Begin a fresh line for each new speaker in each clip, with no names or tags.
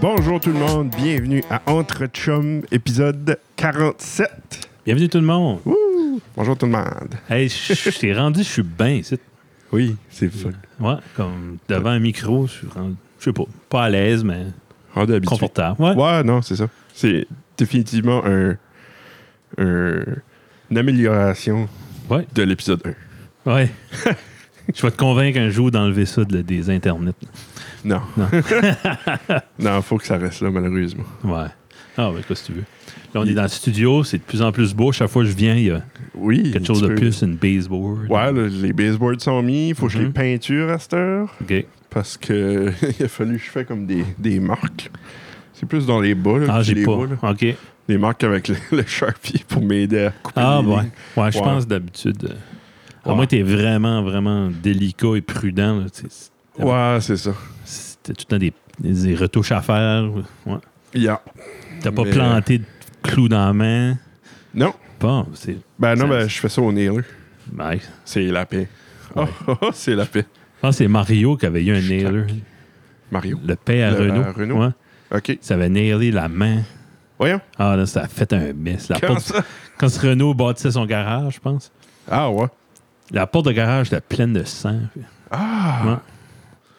Bonjour tout le monde, bienvenue à Entre Chum, épisode 47.
Bienvenue tout le monde.
Wouh! Bonjour tout le monde.
Hey, je je t'ai rendu, je suis bien ici.
Oui, c'est fun.
Ouais, comme devant un micro, je suis rendu, je sais pas, pas à l'aise, mais
Rendu habitué.
confortable. Ouais.
Ouais, non, c'est ça. C'est définitivement un, un- une amélioration
Ouais.
de l'épisode 1.
Ouais. Je vais te convaincre un jour d'enlever ça de- des internets.
Non.
Non.
non, faut que ça reste là, malheureusement.
Ouais. Ah, ouais, quoi si tu veux. Là, on est dans le studio, c'est de plus en plus beau. Chaque fois que je viens, il y a
Oui.
quelque chose de
tu peux-
plus, une baseboard.
Ouais, là, les baseboards sont mis, faut que je les
Mhm.
peinture à cette heure.
OK.
Parce que il a fallu que je fais comme des, des marques. C'est plus dans les bas, là,
Ah,
que je
j'ai
les
pas.
vois, là.
OK.
Des marques avec le, le Sharpie pour m'aider à couper
Ah,
les
ouais.
lignes.
Ouais, je
Ouais.
pense d'habitude. euh, À
Ouais.
moins que t'es vraiment, vraiment délicat et prudent. là, tu sais,
Ouais, c'est ça.
c'est- T'as tout le temps des, des retouches à faire. Ouais.
Yeah.
T'as pas
Mais-
planté de clous dans la main.
Non.
Bon, c'est.
Ben non,
Ça-
ben, je fais ça au nez, là.
Ouais.
C'est la paix.
Ouais.
Oh, oh, c'est la paix.
Je pense que c'est Mario qui avait eu un nailer.
Mario.
Le père
Le-
Renault.
à Renault.
Ouais.
OK.
Ça avait nailé la main.
Voyons.
Ah là, ça a fait un mess. La
Comment
porte-
ça?
Quand ce Renault bâtissait son garage, je pense.
Ah, ouais.
La porte de garage était pleine de sang.
Ah.
Ouais.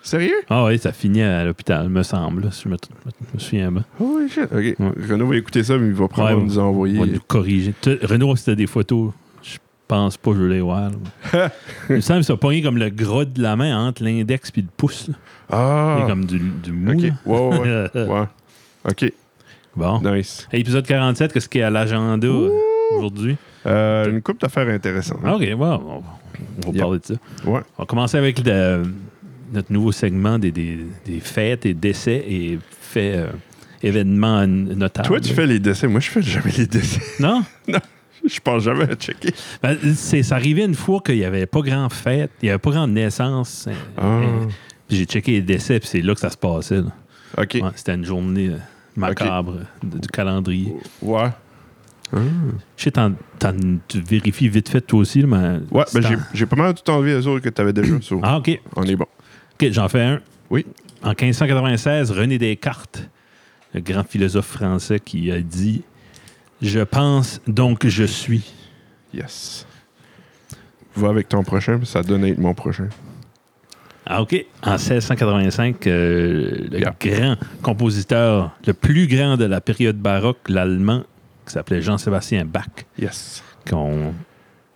Sérieux?
Ah oui, ça finit à l'hôpital, me semble, là, si je me, me souviens bien.
Holy shit. OK. Renaud va écouter ça, mais il va probablement
Ouais,
nous
On
envoyer.
va nous corriger. Tu- Renault, c'était des photos. Je pense pas que je veux les voir. là. il me semble que ça a pogné comme le gras de la main entre l'index et le pouce. là. Il y
Ah.
a comme du, du mou.
OK.
là.
Ouais, ouais, ouais. ouais. OK.
Bon.
Nice.
Hey, Épisode 47, qu'est-ce qu'il y a à l'agenda euh, aujourd'hui?
Euh, une coupe d'affaires intéressantes.
Ah, OK, wow, on, on va
Yep.
parler de ça.
Ouais.
On va commencer avec le- notre nouveau segment des, des- des fêtes et décès et faits, euh, événements n- notables.
Toi, tu fais les décès. Moi, je fais jamais les décès.
Non?
Je pense jamais à checker.
Ben, c'est, ça arrivait une fois qu'il n'y avait pas grand fête, il n'y avait pas grand naissance. euh,
Ah.
euh, puis j'ai checké les décès, puis c'est là que ça se passait. là.
OK.
Ouais, c'était une journée euh, macabre euh, de- du calendrier.
Ouais.
Je sais, t'en- t'en- tu vérifies vite fait toi aussi, là, mais.
Ouais, ben
c'est
j'ai-
en-
j'ai pas mal tout enlevé les autres que t'avais déjà. so
Ah, OK.
On est bon.
OK, j'en fais un.
Oui.
En 1596, René Descartes, le grand philosophe français qui a dit Je pense donc je suis.
Yes. Va avec ton prochain, ça donne à être mon prochain.
Ah, OK. En 1685, euh, le
Yeah.
grand compositeur, le plus grand de la période baroque, l'allemand, qui s'appelait Jean-Sébastien Bach,
Yes.
qu'on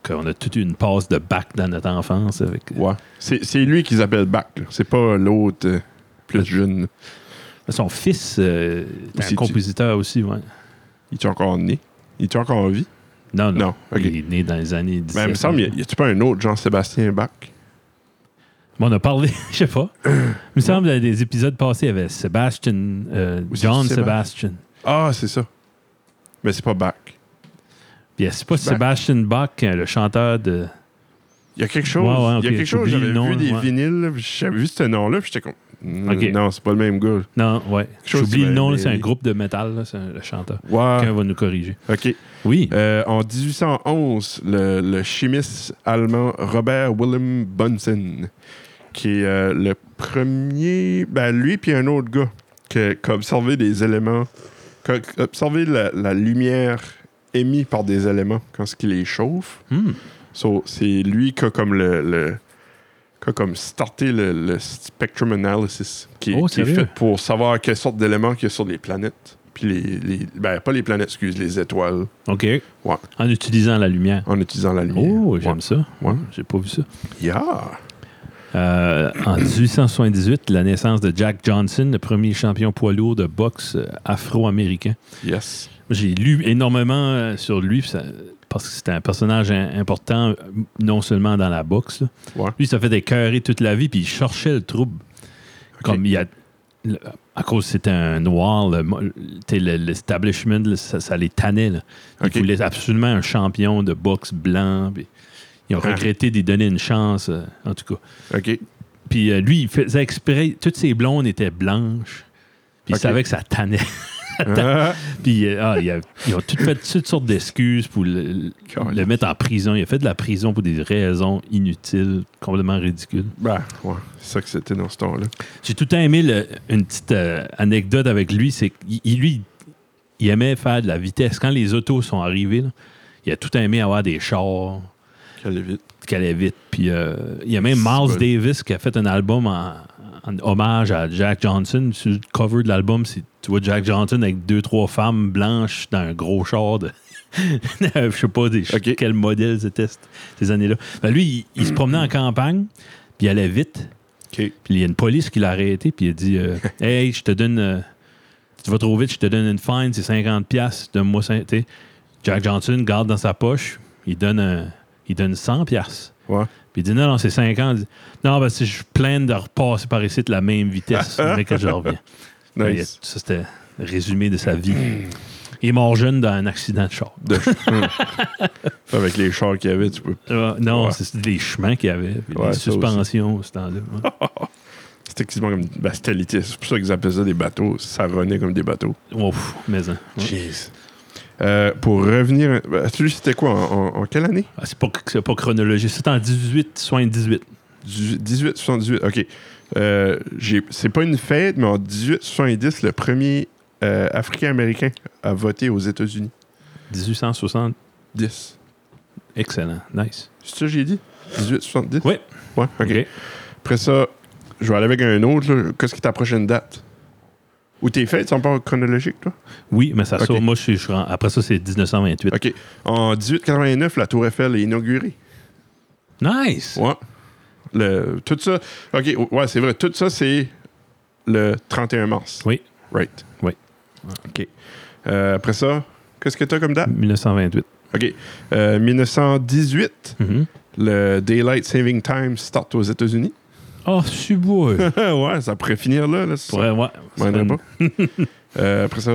qu'on a toute une passe de Bach dans notre enfance avec
Ouais. C'est c'est lui qu'ils appellent Bach. là. C'est pas l'autre euh, plus jeune.
son fils, euh, est
C'est
un
du-
compositeur aussi, ouais.
Il est encore né? Il est encore en vie?
Non, non.
Non. OK.
Il est né dans les années 17.
Ben, il me semble, y a- y a-tu pas un autre Jean-Sébastien Bach?
Bon, on a parlé, je sais pas. Il me semble que des épisodes passés, il y avait Sebastian, euh,
Ou c'est
John
Séba-
Sebastian.
Ah, c'est ça. Mais c'est pas Bach.
Puis c'est pas
Bach.
Sebastian Bach, euh, le chanteur de.
Il y a quelque chose.
Ouais, ouais,
Il y a
ok,
quelque chose.
j'oublie
J'avais
le nom,
vu des
ouais.
vinyles. là, puis J'avais vu ce nom-là. Puis j'étais comme. mm,
Ok.
Non, c'est pas le même gars.
Non, ouais.
chose
J'oublie
qui
le
m'a
nom, là,
aidé.
c'est un groupe de métal, là, c'est un- le chanteur.
Ouais.
Quelqu'un va nous corriger.
OK.
Oui.
Euh, en 1811, le, le chimiste allemand Robert Wilhelm Bunsen, qui est euh, le premier. Ben, lui, puis un autre gars, que- qui a observé des éléments. qui a observé la, la lumière émise par des éléments quand ce qui les chauffe.
Hmm.
So, c'est lui qui a comme le, le- qui a comme starté le, le spectrum analysis qui, est-
Oh,
qui est
sérieux?
fait pour savoir quelle sorte d'éléments qu'il y a sur les planètes. Puis les, les- ben pas les planètes, excuse, les étoiles
OK. En utilisant la lumière.
en utilisant la lumière.
Oh, j'aime ça.
Ouais.
J'ai pas vu ça.
Yeah.
Euh, en 1878, la naissance de Jack Johnson, le premier champion poids lourd de boxe euh, afro-américain.
Yes.
J'ai lu énormément euh, sur lui puis ça- parce que c'était un personnage im- important, euh, non seulement dans la boxe. là.
Ouais.
Lui, ça fait des écœurer toute la vie, puis il cherchait le trouble. Comme il y a. le- à cause que c'était un noir, le mo- t'sais, le- l'establishment, le- ça, ça les tannait. là. Ils
Ok.
voulaient absolument un champion de boxe blanc. puis ils ont
Ah.
regretté d'y donner une chance, euh, en tout cas.
OK.
Puis euh, lui, il faisait exprès. Toutes ses blondes étaient blanches. Puis
Ok.
il savait que ça tannait.
Ah,
Puis, euh, ah, il a- ils ont toutes fait toutes sortes d'excuses pour le,
Carole.
le mettre en prison. Il a fait de la prison pour des raisons inutiles, complètement ridicules.
ben, ouais, c'est ça que c'était dans ce temps-là.
J'ai tout le temps aimé le- une petite euh, anecdote avec lui. C'est qu'il il- lui, il aimait faire de la vitesse. Quand les autos sont arrivées, là, il a tout le temps aimé avoir des chars
Qu'elle est vite.
qui allaient vite. Puis euh, il y a même Miles
C'est bon.
Davis qui a fait un album en, en hommage à Jack Johnson. Sur le cover de l'album, c'est- tu vois Jack Johnson avec deux, trois femmes blanches dans un gros char de. je sais pas des,
Ok.
quel modèle c'était c't- ces années-là. Ben, lui, il, il se promenait en campagne, puis il allait vite.
OK.
Puis il y a une police qui l'a arrêté, puis il a dit euh, Hey, je te donne. euh, tu vas trop vite, je te donne une fine, c'est 50$, piastres, donne-moi ça. Tu sais, Jack Johnson garde dans sa poche, il donne, un- il donne 100$. piastres.
Ouais.
Puis il dit Non, non, c'est 50$. Il dit, Non, ben, si je plains de repasser par ici de la même vitesse, mais que je reviens. Il a-
Nice.
Ça, c'était le résumé de sa vie. Il est mort jeune dans un accident de char.
Hum. Avec les chars qu'il y avait, tu peux.
Euh, non,
Ouais.
c'est les chemins qu'il y avait, puis
Ouais,
les
ça
suspensions, ce temps-là. ouais.
C'était quasiment comme. Ben, c'était l'été. C'est pour ça qu'ils appelaient ça des bateaux. Ça renait comme des bateaux.
Ouf, mais hein, ouais.
Jeez. Euh, pour revenir. ben, Celui, c'était quoi en, en- en quelle année
Ah, C'est pas, c'est pas chronologique. C'est en 18, soin 18.
Du- 1878. OK. Euh, j'ai- c'est pas une fête, mais en 1870, le premier euh, Africain-Américain a voté aux États-Unis.
1860.
10.
Excellent. Nice.
C'est ça que j'ai dit 1870
Ouais.
Ouais, OK. Après ça, je vais aller avec un autre. là. Qu'est-ce qui est ta prochaine date? Ou tes fêtes sont pas chronologiques, toi?
Oui, mais ça
Ok.
sort. Moi, je suis, je suis en- après ça, c'est 1928.
OK. En 1889, la Tour Eiffel est inaugurée.
Nice.
Ouais. Le, tout ça... OK, ouais, c'est vrai. Tout ça, c'est le 31 mars.
Oui.
Right.
Oui.
OK. Euh, après ça, qu'est-ce que t'as comme date?
1928.
OK. Euh, 1918,
Mhm.
le Daylight Saving Time start aux États-Unis.
Oh, c'est beau. ouais,
ouais, ça pourrait finir là. là ça.
ouais.
Ouais,
C'est
pas. Euh, après ça,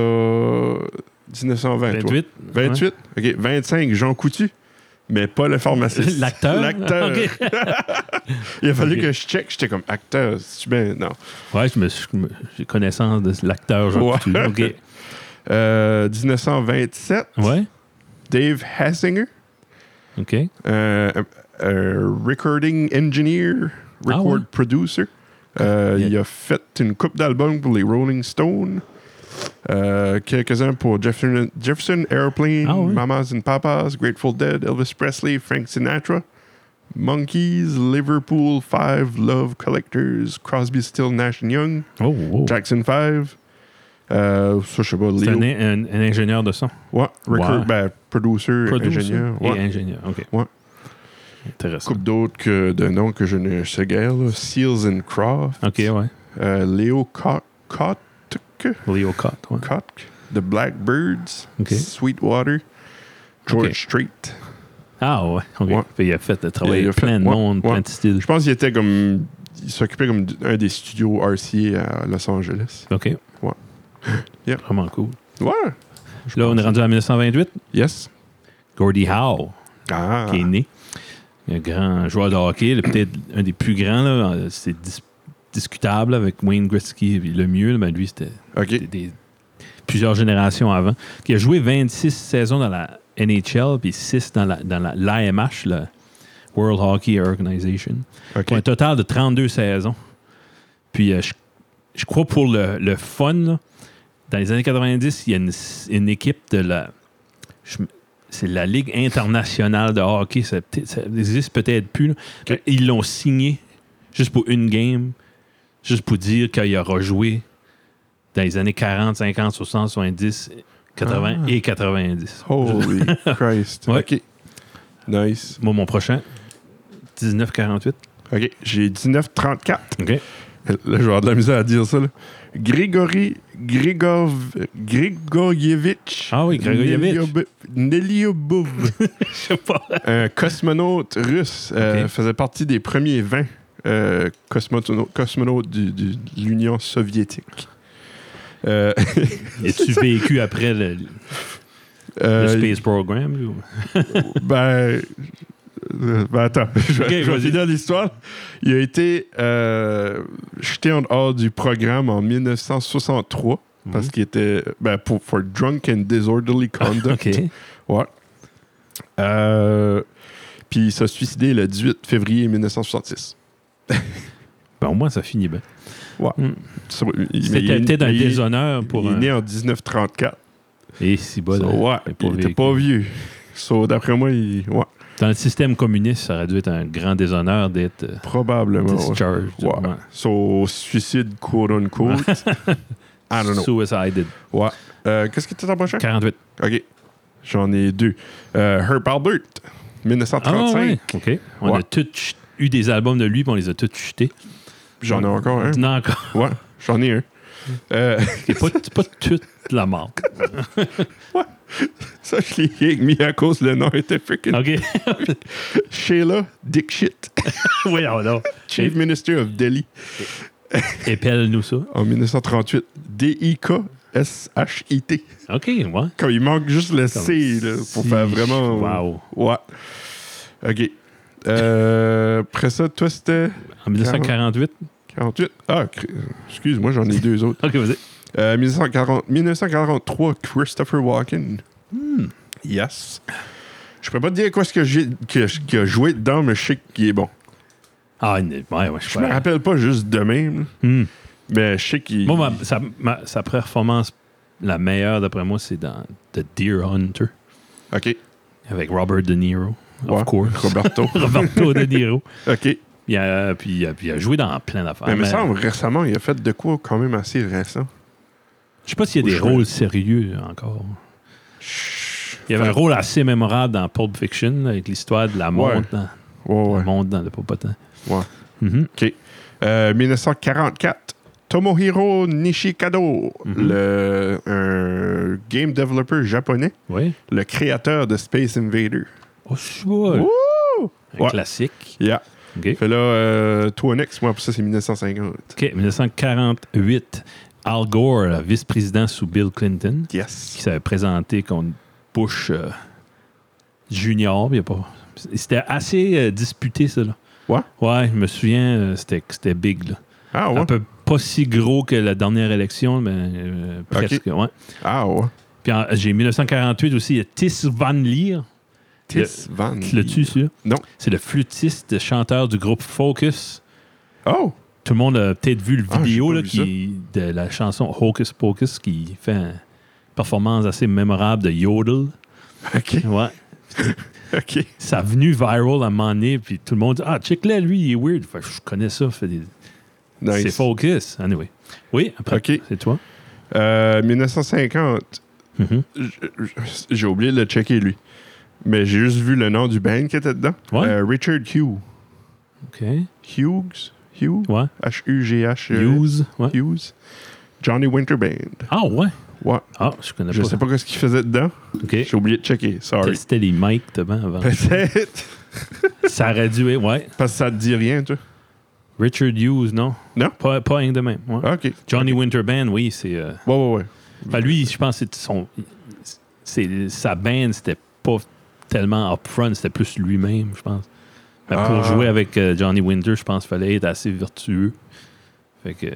1920. Ben, toi.
28.
28. OK. 25, Jean Coutu. Mais pas le pharmacien.
L'acteur?
L'acteur.
Ok.
Il a fallu
Ok.
que je check. J'étais comme acteur. si tu ben, non.
Ouais, je me suis- je me- j'ai connaissance de l'acteur Jean
Ouais.
Coutu. OK.
Euh, 1927,
Ouais.
Dave Hassinger,
OK.
euh, un- un recording engineer,
Ah
record
ouais?
producer. Euh,
Il y a-
Il a fait une coupe d'albums pour les Rolling Stones. Euh, Quelques-uns pour Jefferson, Jefferson Airplane,
Ah ouais?
Mamas and Papas, Grateful Dead, Elvis Presley, Frank Sinatra, Monkeys, Liverpool 5, Love Collectors, Crosby, Still, Nash and Young,
Oh, wow.
Jackson 5. Euh, ça, je sais pas,
C'est
Leo.
un, un- un ingénieur de son.
Ouais, record,
Ouais.
ben, producer,
Producer
ingénieur.
et
Ouais.
ingénieur. OK.
Ouais.
Intéressant.
Coupe d'autres que de noms que je ne sais guère. là. Seals and Croft,
OK, ouais.
euh, Léo Co- Kottke,
Leo Cott. Ouais.
Kottke, The Blackbirds,
Ok.
Sweetwater, George
Ok.
Street.
Ah, ouais. OK.
Ouais.
Fait, il a fait le travail
Il a
de
fait-
plein de
ouais,
monde,
ouais.
plein de styles.
Je pense qu'il était comme. Il s'occupait comme d- un des studios RCA à Los Angeles.
OK.
Ouais. Yep.
Vraiment cool.
Ouais.
Là, on est rendu en 1928.
Yes.
Gordie Howe,
Ah.
qui est né. Un grand joueur de hockey, le- peut-être un des plus grands. là. C'est dis- discutable avec Wayne Gretzky, le mieux. Mais lui, c'était
OK.
des- des- plusieurs générations avant. Qui a joué 26 saisons dans la NHL, puis 6 dans l'AMH, la, dans la, l'AMH, le World Hockey Organization.
OK.
Pour un total de 32 saisons. Puis, euh, je, je crois pour le, le fun, là, dans les années 90, il y a une, une équipe de la. je me- c'est la Ligue internationale de hockey. Ça, peut- ça existe peut-être plus. là.
Ok.
Ils l'ont signé juste pour une game, juste pour dire qu'il aura joué dans les années 40, 50, 60, 70, 80
Ah.
et 90.
Holy Christ.
Ouais.
OK. Nice.
Moi, mon prochain, 1948.
OK. J'ai 1934.
OK.
Là, je vais avoir de la misère à dire ça. Là. Grigori Grigov, Grigorievitch.
Ah oui, Grigorievitch.
Neliobo- Neliobov.
Je sais pas.
un cosmonaute russe. euh,
Ok.
faisait partie des premiers 20 euh, cosmotono- cosmonautes du- du- de l'Union soviétique. Euh,
Es-tu vécu après le,
euh,
Le Space Program. lui, ou-
ben, euh, ben, attends, je,
Ok,
vais- je vais
vas-y.
finir l'histoire. Il a été euh, jeté en dehors du programme en 1963 parce
Mhm.
qu'il était ben, pour for drunk and disorderly conduct.
Ah, OK.
Ouais. Euh, puis il s'est suicidé le 18 février 1966.
Ben, au moins, ça finit bien.
Sur- il- mais il
C'était
est-
peut-être un
il est-
déshonneur pour
Il est
un... hein,
né en 1934.
Et si bas,
So,
là,
ouais,
mais pour
il était
les-
pas vieux. So, d'après moi, il, ouais,
Dans le système communiste, ça aurait dû être un grand déshonneur d'être euh,
probablement. ouais.
discharged.
Ouais. So, suicide, quote unquote. I don't know.
Suicided.
Ouais. Euh, Qu'est-ce qui était ton prochain?
48.
OK. J'en ai deux. Euh, Herb Albert, 1935.
Ah, ouais. OK. On
Ouais.
a tous ch- eu des albums de lui, puis on les a tous jetés.
J'en ai encore un.
Non, encore.
Ouais, j'en ai un. Euh,
C'est pas, c'est pas toute la marque.
ça, je l'ai mis à cause le nom était freaking.
OK.
Sheila Dixit,
Voyons là.
Chief Minister of Delhi
Épelle-nous ça.
en 1938. D-I-K-S-H-I-T.
OK, ouais.
Comme il manque juste le
Comme
C là, pour
si-
faire vraiment.
Wow.
Ouais. OK. Euh, après ça, toi, c'était
En 1948.
48. Ah, cr- excuse-moi, j'en ai deux autres.
OK, vas-y.
Euh, 1940 1943, Christopher Walken. Hmm. Yes. Je pourrais pas te dire quoi ce que j'ai que, qu'il a joué dedans, mais je sais qu'il est bon.
Ah, une- ouais, ouais, je
Je me
crois.
rappelle pas juste de même,
Hmm.
mais je sais qu'il.
Moi, ma- sa, ma- sa performance la meilleure, d'après moi, c'est dans The Deer Hunter
OK.
avec Robert De Niro.
Ouais.
Of course.
Roberto.
Roberto De Niro.
OK.
Il a, puis, il a- puis il a joué dans plein d'affaires.
mais il me
Mais
semble récemment, il a fait de quoi quand même assez récent.
Je sais pas s'il y a
Ou
des
je-
rôles sérieux là, encore. Il y avait un rôle assez mémorable dans Pulp Fiction, là, avec l'histoire de la montre
Ouais.
dans,
Ouais, ouais.
la montre dans le popotin.
Ouais.
Mhm.
OK. Euh, 1944, Tomohiro Nishikado,
Mhm.
le, un game developer japonais,
Oui.
le créateur de Space Invader.
Oh, je vois.
Wouh!
Un
Ouais.
classique.
Yeah.
OK.
Fait là, euh, Twinix, moi, pour ça, c'est 1950.
OK, 1948, Al Gore, là, vice-président sous Bill Clinton, qui
Yes.
s'avait présenté contre Bush euh, Junior. puis il a pas- C'était assez euh, disputé, ça. Là.
Ouais?
Ouais, je me souviens, euh, c'était c'était big. Là.
Ah ouais?
Un peu pas si gros que la dernière élection, mais euh, presque. Ouais.
Ah ouais.
Puis en- j'ai 1948 aussi, il y a Tis Van Lier.
Tis Van.
Tu l'as-tu, celui-là?
Non.
C'est le flûtiste, chanteur du groupe Focus.
Oh!
Tout le monde a peut-être vu le
Ah,
vidéo
j'ai
là,
pas vu
qui, de la chanson Hocus Pocus qui fait une performance assez mémorable de Yodel.
OK.
Ouais.
OK.
Ça a venu viral à un moment donné, puis tout le monde dit Ah, check-le, lui, il est weird. Fait que je connais ça. fait des-
Nice.
C'est Focus. Anyway. Oui, après,
OK.
c'est toi.
Euh, 1950,
Mhm.
j- j- j'ai oublié de le checker, lui. Mais j'ai juste vu le nom du band qui était dedans.
Ouais.
Euh, Richard Hugh.
OK.
Hughes? Hugh?
Ouais.
H-U-G-H. euh,
Hughes. Ouais.
Hughes. Johnny Winter Band.
Ah, ouais.
Ouais.
Ah, je connais
Je
pas.
sais pas ce qu'il faisait dedans.
OK.
J'ai oublié de checker. Sorry.
Testais les mics devant avant.
Peut-être.
ça aurait dû être, ouais.
Parce que ça te dit rien, toi.
Richard Hughes, non?
Non?
Pas, pas rien de même. ouais.
Ah, OK.
Johnny Winterband, oui, c'est. euh,
Ouais, ouais, ouais.
ben lui, je pense que c'est son. c'est- Sa band, c'était pas tellement upfront, c'était plus lui-même, je pense. Mais
Ah.
Pour jouer avec euh, Johnny Winter, je pense qu'il fallait être assez vertueux. Fait que.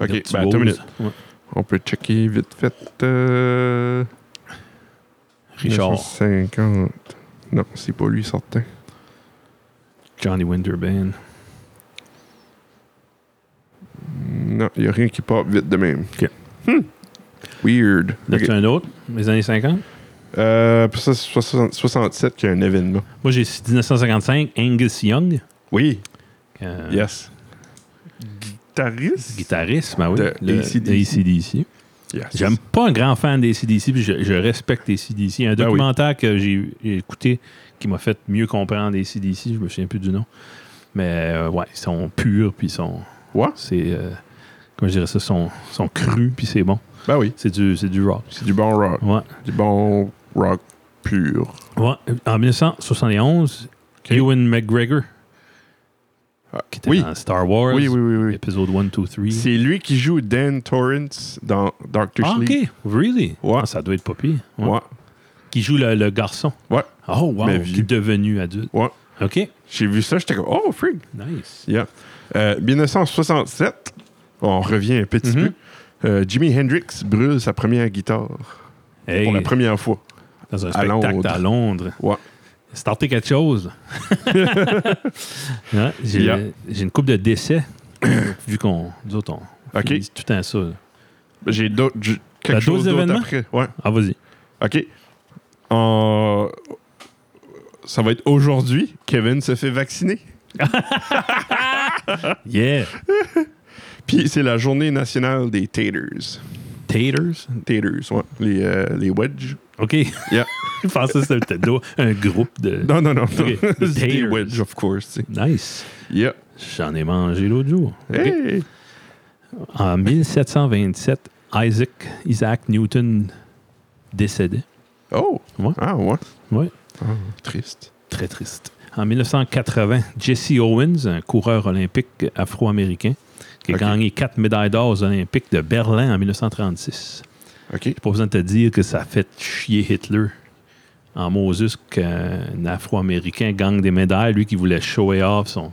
OK.
virtuose.
Ben, attends une minute.
Ouais.
On peut checker vite fait. euh,
Richard,
1950. Non, c'est pas lui, certain.
Johnny Winterband.
Non, il n'y a rien qui part vite de même.
OK.
Hmm. Weird.
Y a-tu
OK.
un autre, les années 50?
Euh, puis ça, c'est 60 67 qu'il y a un événement.
Moi, j'ai 1955, Angus Young.
Oui.
euh,
Ah. Yes. Guitariste?
Guitariste, ben oui.
De
le-
AC/DC.
de AC/DC.
Yes.
J'aime pas un grand fan des CDC, puis je, je respecte les CDC. Un
Ben oui.
documentaire que j'ai j'ai écouté qui m'a fait mieux comprendre les CDC, je me souviens plus du nom. Mais euh, ouais, ils sont purs, puis ils sont.
Ouais.
C'est. euh, comment je dirais ça? Ils sont, sont crus, puis c'est bon.
Ben oui.
C'est du, c'est du rock.
C'est du bon rock.
Ouais.
Du bon rock pur.
Ouais. En 1971,
Ok.
Ewan McGregor,
Ah,
qui était
Oui.
dans Star Wars,
Oui, oui, oui, oui.
épisode 1, 2, 3.
C'est lui qui joue Dan Torrance dans Doctor
Ah,
Sleep.
ok, really?
Ouais.
Ah, ça doit être pas pire. Ouais.
Ouais.
Qui joue le, le garçon.
Ouais.
Oh, wow,
Mais
qui
vieux.
est devenu adulte.
Ouais.
Ok,
J'ai vu ça, j'étais comme, oh, freak.
nice.
Yeah. Euh, 1967, on revient un petit
Mhm.
peu. Euh, Jimi Hendrix brûle sa première guitare
Hey,
pour la première fois.
dans un
à
spectacle
Londres.
à Londres.
Ouais.
C'est tenté quelque chose. Hein, J'ai
Yeah.
j'ai une coupe de décès, vu qu'on. Nous autres, on
OK.
finit tout le temps ça. là.
J'ai d'autres- j'ai quelque
La
chose
dose
d'autre
d'événements?
après. Ouais.
Ah, vas-y.
OK. En- Ça va être aujourd'hui. Kevin se fait vacciner.
Yeah.
Puis c'est la journée nationale des taters.
Taters.
Taters, ouais. Les, euh, les wedges.
OK.
Yeah.
Je pensais que c'était peut-être un groupe de.
Non, non, non. non.
Ok, les
C'est des
taters.
wedges, of course. tu sais.
Nice.
Yeah.
J'en ai mangé l'autre jour.
Hey!
En 1727, Isaac, Isaac Newton décédé.
Oh!
Ouais.
Ah, ouais.
Ouais.
Ah, triste.
Très triste. En 1980, Jesse Owens, un coureur olympique afro-américain, qui a
Ok.
gagné quatre médailles d'or aux Olympiques de Berlin en 1936.
OK.
Pas besoin de te dire que ça a fait chier Hitler en Moses qu'un afro-américain gagne des médailles, lui qui voulait shower off son.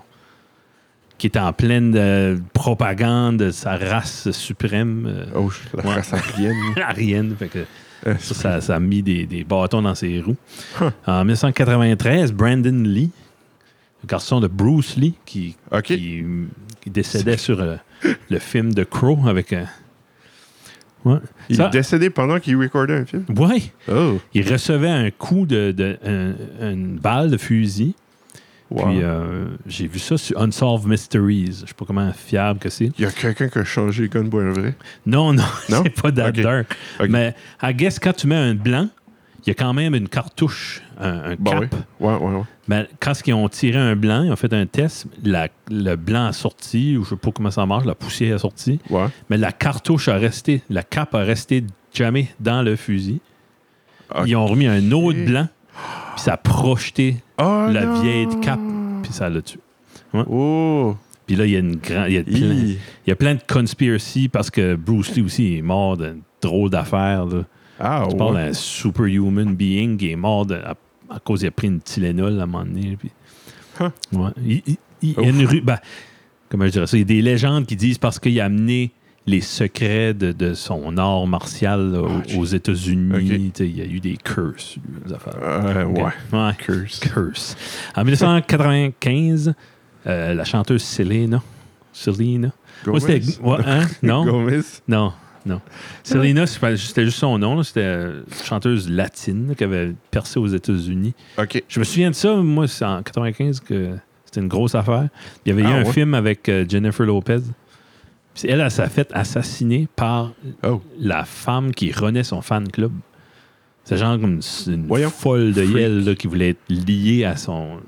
qui était en pleine euh, propagande de sa race suprême. euh,
Oh, je- la
Ouais.
race arienne.
Arienne. Fait que
Euh,
ça, ça, ça a mis des, des bâtons dans ses roues. En 1993, Brandon Lee, le garçon de Bruce Lee, qui,
OK.
qui, qui décédait sur euh, le film de Crow avec un. Ouais.
Il
Ça-
est décédé pendant qu'il recordait un film.
ouais.
Oh!
Il recevait un coup de. de- un- une balle de fusil.
Wow.
Puis euh, j'ai vu ça sur Unsolved Mysteries. Je sais pas comment fiable que c'est.
Il y a quelqu'un qui a changé Gunboy vrai.
Non, non,
Non?
c'est pas d'Adler.
Ok.
Mais I guess quand tu mets un blanc, il y a quand même une cartouche, un, un
Bah
cap.
oui. Ouais, ouais, ouais.
Mais Ben, quand ils ont tiré un blanc, ils ont fait un test, la- le blanc a sorti, ou je sais pas comment ça marche, la poussière a sorti,
Ouais.
mais la cartouche a resté, la cape a resté jamais dans le fusil.
Ok.
Ils ont remis un autre blanc, puis ça a projeté,
Oh,
La
non!
vieille de cap. puis ça l'a tué.
Oh!
Puis là, il y a une grande. Il y a plein,
Hi.
il y a plein de conspiracy parce que Bruce Lee aussi est mort d'une drôle d'affaire. là.
Ah,
Tu parles
ouais.
d'un superhuman being qui est mort de- à, à cause il a pris une Tylenol à un moment donné. puis-
Huh.
Ouais. Il, il- il- il y a une rue. ben, comment je dirais ça? Il y a des légendes qui disent parce qu'il a amené les secrets de, de son art martial là,
Ah,
aux, aux États-Unis. Tu sais, Il y a eu des curses, lui, des affaires.
Euh,
Ok.
Ouais.
Ouais.
Curse.
Curse. En 1995, euh, la chanteuse Selena. Selena. Moi, c'était.
Gomez?
ouais, hein? Non?
Gomez?
Non, non. Selena, c'est pas- c'était juste son nom. là. C'était euh, chanteuse latine là, qui avait percé aux États-Unis.
OK.
Je me souviens de ça, moi, c'est en 95 que c'était une grosse affaire. Il y avait eu
Ah,
un
ouais?
film avec euh, Jennifer Lopez. Puis elle, elle s'est faite assassiner par
Oh.
la femme qui renaît son fan club. C'est genre comme une, une
Voyons.
folle de
Freak.
Yale là, qui voulait être liée à son,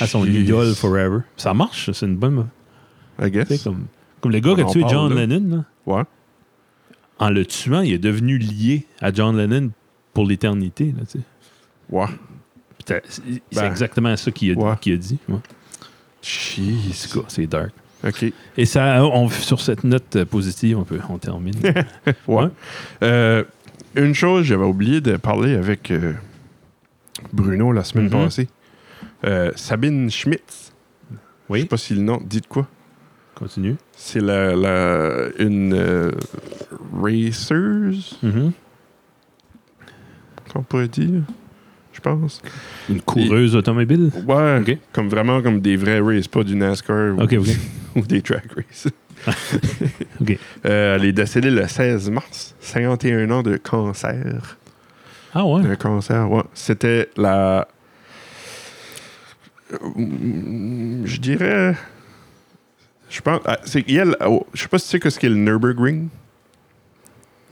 à son
Jeez.
idole forever. Ça marche, c'est une bonne.
I
tu
guess.
sais, Comme, comme le gars qui a
On en
tué
parle,
John
là.
Lennon. là
Ouais.
en le tuant, il est devenu lié à John Lennon pour l'éternité. là, tu sais.
Ouais.
Puis t'as- C'est c'est
Ben,
exactement ça qu'il a,
ouais.
qu'il a dit. ouais. En
Jeez.
tout cas, c'est dark.
OK.
Et ça, on- sur cette note euh, positive, on, peut, on termine.
Ouais.
Ouais.
Euh, une chose, j'avais oublié de parler avec euh, Bruno la semaine
Mhm.
passée. Euh, Sabine Schmitz.
Oui.
Je sais pas si le nom dit de quoi.
Continue.
C'est la, la- une euh, raceuse,
Mhm.
qu'on pourrait dire, je pense.
Une coureuse automobile.
Ouais,
Ok.
comme vraiment comme des vrais races, pas du NASCAR ou-
OK, OK.
ou, des track races.
Ok.
Euh, elle est décédée le 16 mars, 51 ans de cancer.
Ah ouais.
Un cancer, ouais. C'était la. Mm, Je dirais. Je pense. ah, c'est- il y a la- oh, je sais pas si tu sais que ce qu'est le Nürburgring.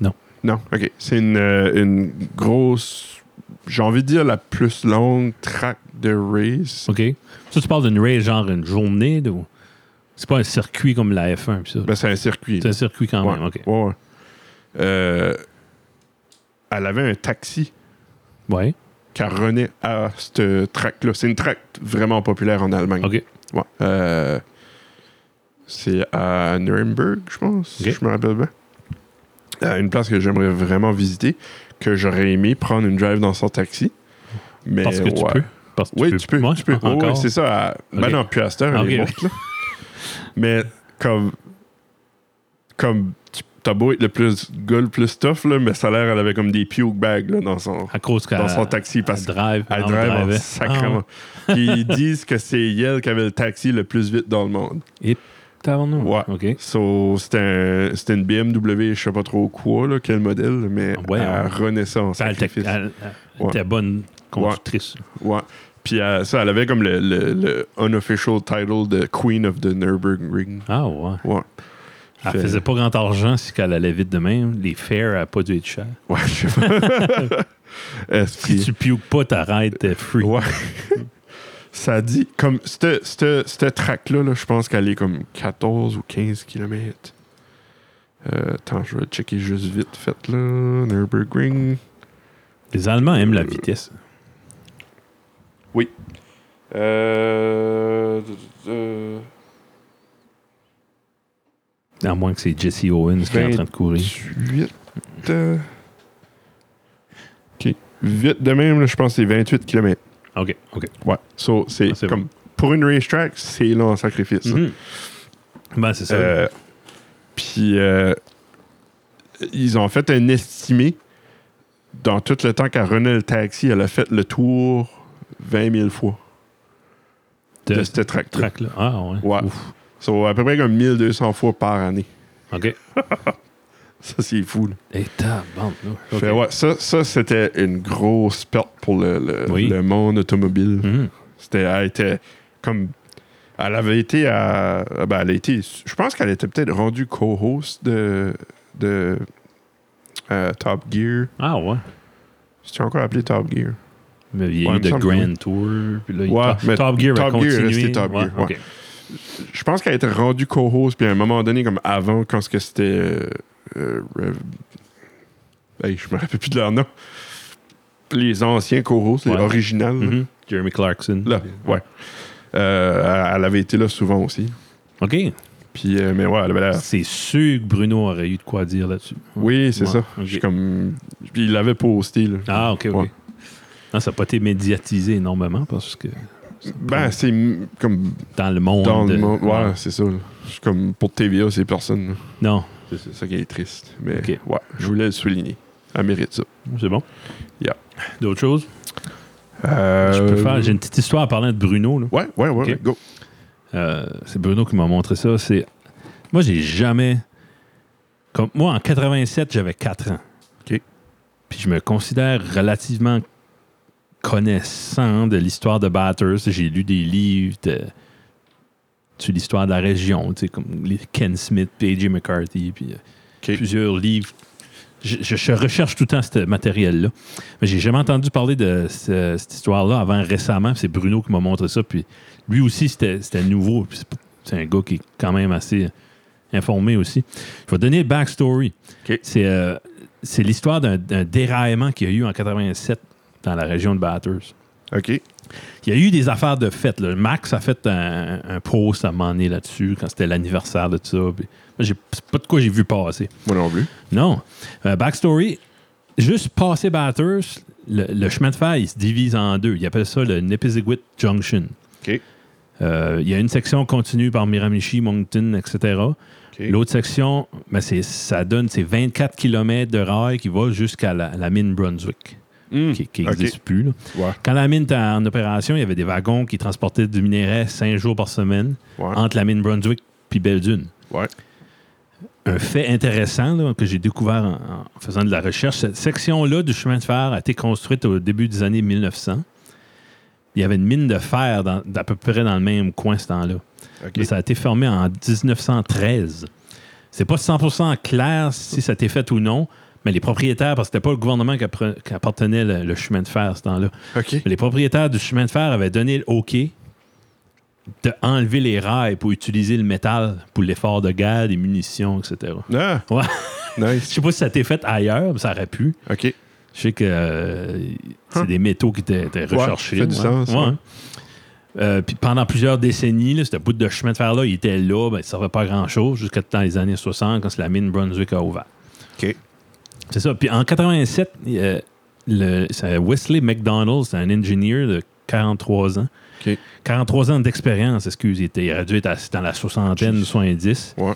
Non.
Non, ok. C'est une, euh, une grosse. J'ai envie de dire la plus longue track de race.
OK. Ça, tu parles d'une race, genre une journée. de- C'est pas un circuit comme la F1. puis ça.
Ben, c'est un circuit.
C'est un circuit quand
Ouais,
même. OK.
ouais, ouais. Euh, elle avait un taxi
Ouais.
qui renaît à cette track-là. C'est une track vraiment populaire en Allemagne.
OK.
Ouais. Euh, c'est à Nuremberg, je pense,
Ok.
si je me rappelle bien. Euh, une place que j'aimerais vraiment visiter, que j'aurais aimé prendre une drive dans son taxi. Mais
Parce que tu
Ben, ouais.
peux. Parce que
Oui, tu peux.
Ouais, Ah,
tu peux. Ouais,
Encore.
ouais, c'est ça. à- Ben
Ok.
non, puis à cette heure, elle est morte,
Ok.
là. Mais comme, comme tu- t'as beau être le plus gars le plus tough, là, mais ça a l'air, elle avait comme des puke bags là, dans son.
À cause qu'elle
Dans son taxi, parce
elle Ah, drive. hein. Ah,
Elle
non,
drive en
drivait.
sacrement. Puis ils disent que c'est elle qui avait le taxi le plus vite dans le monde.
Ah, tabarnak.
Ouais.
OK.
So, c'était un- c'était une BMW, je sais pas trop quoi, là, quel modèle, mais elle
Ouais, ouais.
renaissait en
Elle était-
sacrifice.
elle- elle
Ouais.
était bonne conductrice.
Ouais. Puis euh, ça, elle avait comme le, le, le unofficial title de Queen of the Nürburgring.
Ah ouais.
Ouais.
Elle
Fait-
faisait pas grand argent si qu'elle allait vite de même. Les fares, elle a pas dû être chère.
Ouais, je sais pas. Est-ce
Si
que-
tu piouques pas, t'arrêtes, t'es free.
Ouais. ça dit, comme, cette track-là, là, je pense qu'elle est comme 14 ou 15 km. attends, je vais checker juste vite fait, là. Nürburgring.
Les Allemands aiment la vitesse.
Euh, euh,
À moins que c'est Jesse Owens qui
Ben,
est en train de courir.
28. euh, OK. Vite de même, là, je pense que c'est 28 km.
OK, OK.
Ouais. So, c'est
Ah, c'est
comme. Pour une racetrack, c'est long en sacrifice. ça.
Mhm. Ben, c'est ça.
Euh, Puis euh, ils ont fait un estimé dans tout le temps qu'elle renait le taxi, elle a fait le tour 20 000 fois
de,
de, cette track
track, là. Ah ouais.
Ouais.
Ouf.
à peu près comme 1200 fois par année.
OK.
Ça, c'est fou. là.
Et tabarnak. OK.
Fait, ouais, ça, ça c'était une grosse perte pour le, le-
Oui.
le monde automobile.
Mhm.
C'était, elle était comme. Elle avait été à. Ben, elle a été. Je pense qu'elle était peut-être rendue co-host de. de euh, Top Gear.
Ah ouais.
C'est encore appelé Top Gear.
Mais il y a
Ouais,
eu
il me
de
semble que
Grand Tour. Puis là, il-
Ouais,
Top,
mais
Top Gear a
Top Gear est
continué.
resté Top
Ouais,
Gear, ouais.
OK.
Je pense qu'elle a été rendue co-host, puis à un moment donné, comme avant, quand ce que c'était. euh, euh, Rev- Hey, je me rappelle plus de leur nom. Les anciens co-hosts,
Ouais.
les originales.
Mhm. Jeremy Clarkson.
Là, ouais. Euh, elle avait été là souvent aussi.
OK.
Puis, euh, mais ouais, elle avait l'air
C'est sûr que Bruno aurait eu de quoi dire là-dessus.
Oui, c'est
Ouais,
ça.
ok.
Je suis comme. Puis il l'avait posté. Là.
Ah, OK, OK.
Ouais.
Non, ça n'a pas été médiatisé énormément parce que
ben, c'est m- comme
dans le monde.
dans le
euh,
monde.
non.
Ouais, c'est ça. là. Je suis comme pour TVA, c'est personne. là.
Non,
C'est ça qui est triste. Mais
Ok.
ouais, je voulais le souligner. Elle mérite ça.
c'est bon.
Yeah.
D'autres choses?
Euh,
Je peux faire. J'ai une petite histoire en parlant de Bruno. là.
Ouais, ouais, ouais,
Ok.
ouais, go.
Euh, c'est Bruno qui m'a montré ça. C'est Moi, j'ai jamais. Comme moi, en 87, j'avais 4 ans.
OK.
Puis je me considère relativement connaissant de l'histoire de Bathurst. J'ai lu des livres de sur l'histoire de la région, tu sais, comme les Ken Smith, P.J. McCarthy, puis euh,
OK.
plusieurs livres. Je, je- je recherche tout le temps ce matériel-là. Mais j'ai jamais entendu parler de ce- cette histoire-là avant récemment. C'est Bruno qui m'a montré ça. Puis lui aussi, c'était c'était nouveau. Puis c'est- C'est un gars qui est quand même assez informé aussi. Je vais donner le backstory.
OK.
C'est euh, c'est l'histoire d'un d'un déraillement qu'il y a eu en 87 dans la région de Bathurst.
OK.
Il y a eu des affaires de fête. là. Max a fait un, un post à un moment donné là-dessus quand c'était l'anniversaire de tout ça. Puis, moi, j'ai- c'est pas de quoi j'ai vu passer.
Moi non plus.
Non. Euh, backstory, juste passer Bathurst, le, le chemin de fer, il se divise en deux. Ils appellent ça le Nipisiguit Junction.
OK.
Euh, il y a une section continue par Miramichi, Moncton, etc.
OK.
L'autre section, ben, c'est- ça donne c'est 24 km de rail qui va jusqu'à la, la mine Brunswick,
Hmm.
qui
OK.
n'existe plus. là.
Ouais,
Quand la mine était en opération, il y avait des wagons qui transportaient du minerai cinq jours par semaine
ouais,
entre la mine Brunswick puis Belle-Dune.
ouais.
Un fait intéressant là, que j'ai découvert en, en faisant de la recherche, cette section-là du chemin de fer a été construite au début des années 1900. Il y avait une mine de fer dans- d'à peu près dans le même coin ce temps-là.
OK.
Mais Ça a été fermé en 1913. C'est pas 100% clair si ça a été fait ou non, mais les propriétaires, parce que c'était pas le gouvernement qui appre- qui appartenait le, le chemin de fer ce temps-là,
OK.
les propriétaires du chemin de fer avaient donné le OK de enlever les rails pour utiliser le métal pour l'effort de guerre, des munitions, etc.
Ah,
Ouais. Je
nice.
sais pas si ça a été fait ailleurs, mais ça aurait pu.
OK.
Je sais que euh, c'est
Huh.
des métaux qui étaient, étaient
Hein? Ouais,
recherchés. hein.
ça fait du sens, ouais.
Euh, puis pendant plusieurs décennies, là, ce bout de chemin de fer-là, il était là, ben, il ne servait pas à grand-chose jusqu'à dans les années 60, quand c'est la mine Brunswick a ouvert.
OK.
C'est ça. Puis en 87, euh, le- c'est Wesley McDonald, c'est un ingénieur de 43 ans.
OK.
43 ans d'expérience, excusez, il était- il aurait dû être à- dans la soixantaine,
Jeez.
70.
Ouais.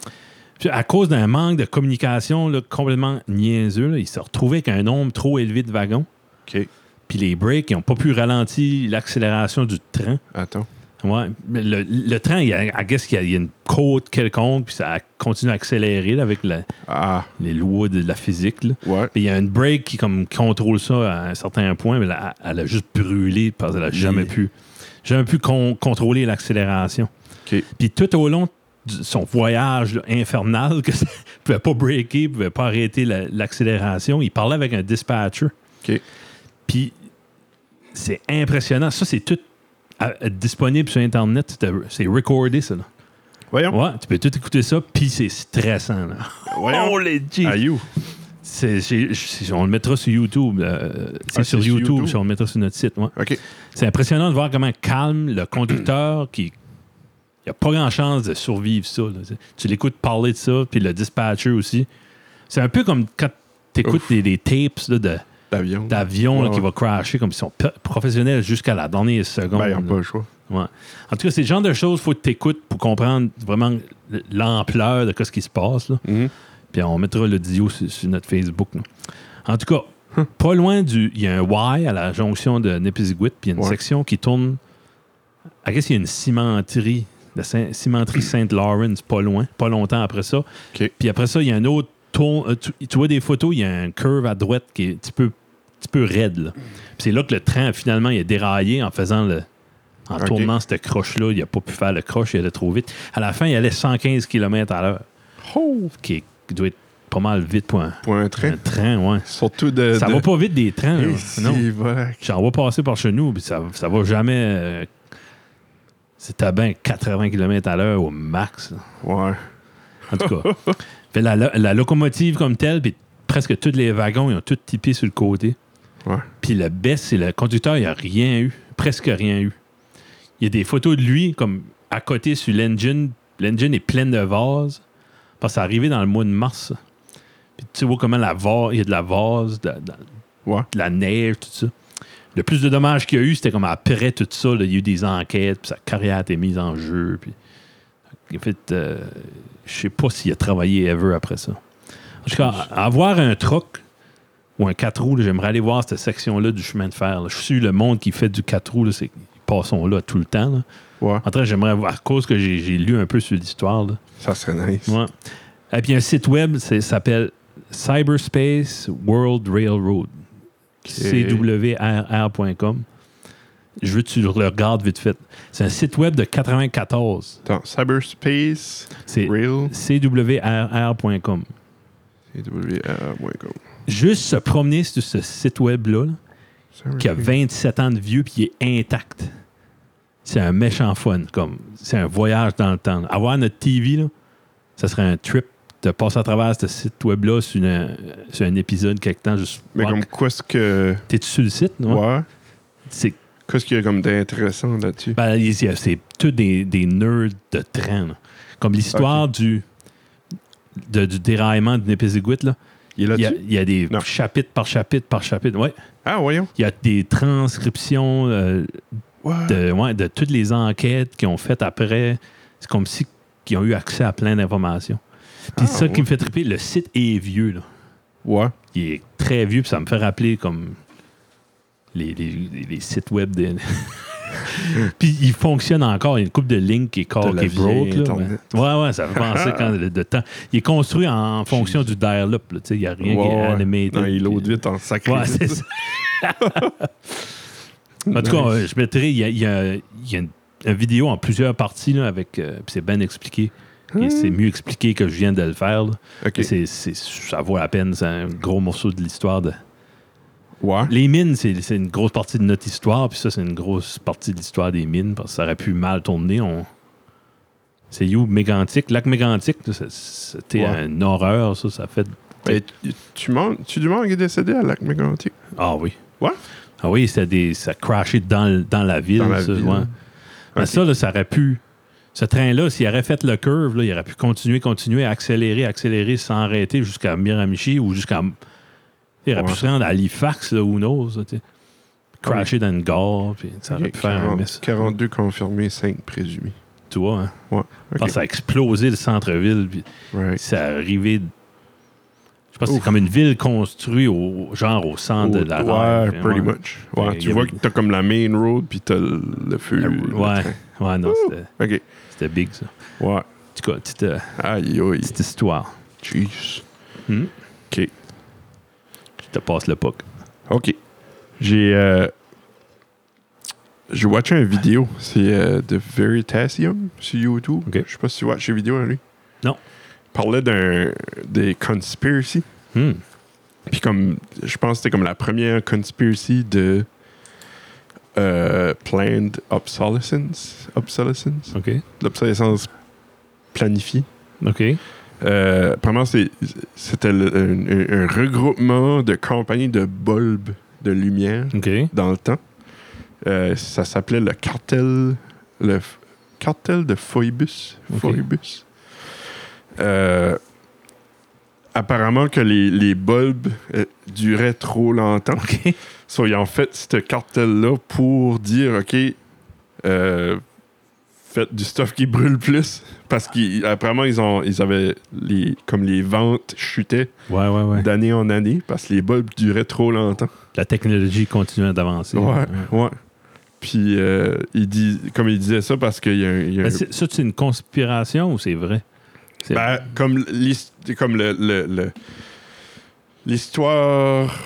Puis à cause d'un manque de communication là, complètement niaiseux, là, il s'est retrouvé avec un nombre trop élevé de wagons.
OK.
Puis les breaks, ils n'ont pas pu ralentir l'accélération du train.
Attends.
Ouais. Mais Le, le train, il y a, I guess qu'il y a- il y a une côte quelconque, puis ça continue à accélérer là, avec la-
Ah,
les lois de la physique. là.
ouais.
Puis il y a une break qui comme, contrôle ça à un certain point, mais là, elle a juste brûlé parce qu'elle n'a jamais
Oui.
pu, jamais pu con- contrôler l'accélération.
OK.
Puis tout au long de son voyage là, infernal, que ça il pouvait pas breaker, il pouvait pas arrêter la- l'accélération, il parlait avec un dispatcher.
OK.
Puis c'est impressionnant. Ça, c'est tout euh, disponible sur Internet. C'est- C'est recordé, ça. là.
Voyons.
Ouais, tu peux tout écouter ça, puis c'est stressant. Là.
Voyons.
les G!
Aïe, you.
C'est- c'est- c'est- on le mettra sur YouTube. euh, c'est
Ah,
sur
c'est sur
YouTube,
YouTube.
si on le mettra sur notre site. ouais.
OK.
C'est impressionnant de voir comment calme le conducteur qui. Il n'y a pas grand chance de survivre ça. là. Tu- Tu l'écoutes parler de ça, puis le dispatcher aussi. C'est un peu comme quand tu écoutes des, des tapes là, de-
L'avion.
d'avions là,
Ouais,
qui
ouais.
va crasher comme ils sont pe- professionnels jusqu'à la dernière seconde.
Ben, ils
là.
n'ont pas le choix.
Ouais. En tout cas, c'est le genre de choses faut que tu écoutes pour comprendre vraiment l'ampleur de ce qui se passe. là.
Mhm.
Puis on mettra l'audio sur, sur notre Facebook. nous. En tout cas, pas loin du. Il y a un Y à la jonction de Népisiguit, puis il y a une
Ouais.
section qui tourne. I guess il y a une cimenterie, la Saint- cimenterie Saint-Lawrence, pas loin, pas longtemps après ça.
OK.
Puis après ça, il y a un autre tour. euh, Tu, tu vois des photos, il y a un curve à droite qui est un petit peu, petit peu raide. là. Puis c'est là que le train, finalement, il a déraillé en faisant le. En
OK.
tournant cette croche-là, il n'a pas pu faire le croche, il allait trop vite. À la fin, il allait 115 km à l'heure,
Oh!
qui, est- qui doit être pas mal vite pour un,
Pour un
un
train.
train, ouais.
Surtout de.
Ça
Euh, de...
va pas vite des trains, là.
Eh, si,
non.
voilà.
J'en vois passer par chez nous, puis ça, ça va jamais. euh, c'est à ben 80 km à l'heure au max. là.
Ouais.
En tout cas. Fait la, lo- la locomotive comme telle, puis presque tous les wagons, ils ont tout typé sur le côté.
Ouais.
Puis le best, c'est le conducteur, il a rien eu. Presque rien eu. Il y a des photos de lui, comme à côté sur l'engine. L'engine est pleine de vases. Parce que c'est arrivé dans le mois de mars. ça. Puis tu vois comment la vase, il y a de la vase, de, de-
Ouais.
de la neige, tout ça. Le plus de dommages qu'il y a eu, c'était comme après tout ça, là, il y a eu des enquêtes, puis sa carrière a été mise en jeu. Puis... En fait, euh, je sais pas s'il a travaillé ever après ça. En tout cas, à- avoir un truck ou un 4 roues, là, j'aimerais aller voir cette section-là du chemin de fer. là. Je suis le monde qui fait du 4 roues, là, c'est- ils passent là tout le temps. là.
Ouais.
En tout cas, j'aimerais voir, à cause que j'ai j'ai lu un peu sur l'histoire. là.
Ça serait nice.
Ouais. Et puis, un site web, c'est- ça s'appelle Cyberspace World Railroad. CWRR.com. Je veux que tu le regardes vite fait. C'est un site web de 94.
Attends, cyberspace,
C'est
rail,
CWRR.com.
CWA.com.
Juste se promener sur ce site web-là, là, qui
Mhm.
a 27 ans de vieux puis qui est intact. C'est un méchant fun. comme C'est un voyage dans le temps. là. Avoir notre TV, là, ça serait un trip de passer à travers ce site web-là sur, une- sur un épisode quelque temps. Juste
Mais
voir-
comme quoi est-ce que.
T'es-tu sur le site?
Ouais.
non? C'est
Qu'est-ce qu'il y a comme d'intéressant là-dessus?
Ben, il y a- c'est tous des, des nerds de train. là. Comme l'histoire du, de- du déraillement de Népéziguit, là.
Il est
Il y, a,
là-dessus?
il y a des
Non.
chapitres par chapitre par chapitre. Ouais.
Ah, voyons.
Il y a des transcriptions euh,
Ouais.
de, ouais, de toutes les enquêtes qu'ils ont faites après. C'est comme si qu'ils ont eu accès à plein d'informations. Puis
Ah,
ça
ouais.
qui me fait triper, le site est vieux. Là.
Ouais.
Il est très vieux, puis ça me fait rappeler comme les, les- les- les sites web. De... puis il fonctionne encore. Il y a une coupe de lignes qui est
De
corps,
la
qui est broke.
vieille
là,
Internet.
mais- Ouais, ouais, ça fait penser quand le, de temps. Il est construit en fonction du dial-up. là, tu sais, Il n'y a rien
Ouais,
qui est
ouais.
animé.
Non,
tout,
il
puis-
l'aude vite en sacré.
Ouais, c'est ça. en
Ben
tout cas, euh, je mettrai, il y a, il y a- il y a une, une vidéo en plusieurs parties là, avec. euh, puis c'est bien expliqué. Et C'est mieux expliqué que je viens de le faire. là.
Hein? Ok.
euh, C'est- c'est- ça vaut la peine. C'est un gros morceau de l'histoire. De...
Ouais.
Les mines, c'est c'est une grosse partie de notre histoire. Puis ça, c'est une grosse partie de l'histoire des mines. Parce que ça aurait pu mal tourner. On... C'est où Mégantic? Lac Mégantic, là, c'est- c'était
Ouais.
une horreur. Ça, ça fait
Et Ben, tu- tu, man- tu du monde qui est décédé à Lac Mégantic.
Ah oui.
Ouais?
Ah oui, c'était des, ça crashait dans, le- dans la ville.
Dans la
ça,
ville.
ouais. Mais
Ok.
ça, là, ça aurait pu. Ce train-là, s'il aurait fait le curve, là, il aurait pu continuer, continuer, accélérer, accélérer sans arrêter jusqu'à Miramichi ou jusqu'à. Il aurait
Ouais.
pu se rendre à Halifax, là, who knows. là, tu sais. Crasher dans une gare, puis ça aurait
Ok,
pu faire un
40
mess.
42 confirmés, 5 présumés.
toit. hein.
Ouais.
Je pense que ça a explosé le centre-ville. puis
Right.
C'est arrivé. Je pense que c'est
Ouf.
comme une ville construite au, genre au centre de la
Ouais,
rue. puis,
pretty
ouais.
much. Ouais,
Ouais, y
tu vois
avait-
que t'as comme la main road, puis t'as le le feu. le
Ouais,
train.
ouais, non, c'était-
OK.
c'était big ça.
Ouais.
En tout cas, petite, euh,
Aïe, aïe.
petite histoire.
Jeez.
Hmm?
OK.
Je te passe le puck.
OK. J'ai. Euh, j'ai watché une vidéo. C'est euh, de Veritasium sur YouTube.
OK.
Je sais pas si tu watches les vidéos, hein, lui.
Non.
Il parlait d'un. des conspiracy.
Hmm.
Puis comme. Je pense que c'était comme la première conspiracy de. euh, planned obsolescence. Obsolescence.
OK.
L'obsolescence planifiée.
OK.
Euh, premièrement, c'est- c'était le- un, un- un regroupement de compagnies de bulbes de lumière
OK.
dans le temps. Euh, ça s'appelait le cartel, le f- cartel de Phoebus.
Ok.
Phoebus. Euh, apparemment que les, les bulbes euh, duraient trop longtemps.
OK.
So, ils ont fait ce cartel-là pour dire, OK, euh, faites du stuff qui brûle plus. Parce qu'apparemment, ils, ont- ils avaient les, comme les ventes chutaient
Ouais, ouais, ouais.
d'année en année parce que les bulbes duraient trop longtemps.
La technologie continue d'avancer.
Ouais,
Ouais.
ouais. Puis, euh, il dit, comme il disait ça, parce qu'il y a un. il y a un-
Mais c'est- ça, c'est une conspiration ou c'est vrai? C'est-
Ben, comme l'his- comme le- le- le- l'histoire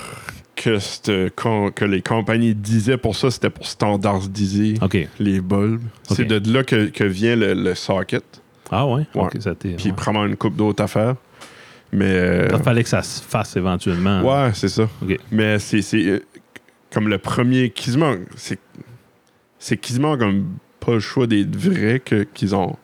que, cette com- que les compagnies disaient pour ça, c'était pour standardiser
OK.
les bulbes.
Ah. Ok.
C'est de là que, que vient le, le socket.
Ah ouais?
Ouais.
OK, ça a été-
Puis
ouais.
prendre une coupe d'autres affaires. Mais. euh,
Il fallait que ça se fasse éventuellement.
ouais, c'est ça.
Ah. Ok.
Mais c'est c'est, euh, comme le premier. Quasiment. C'est c'est quasiment comme pas le choix des vrais que- qu'ils ont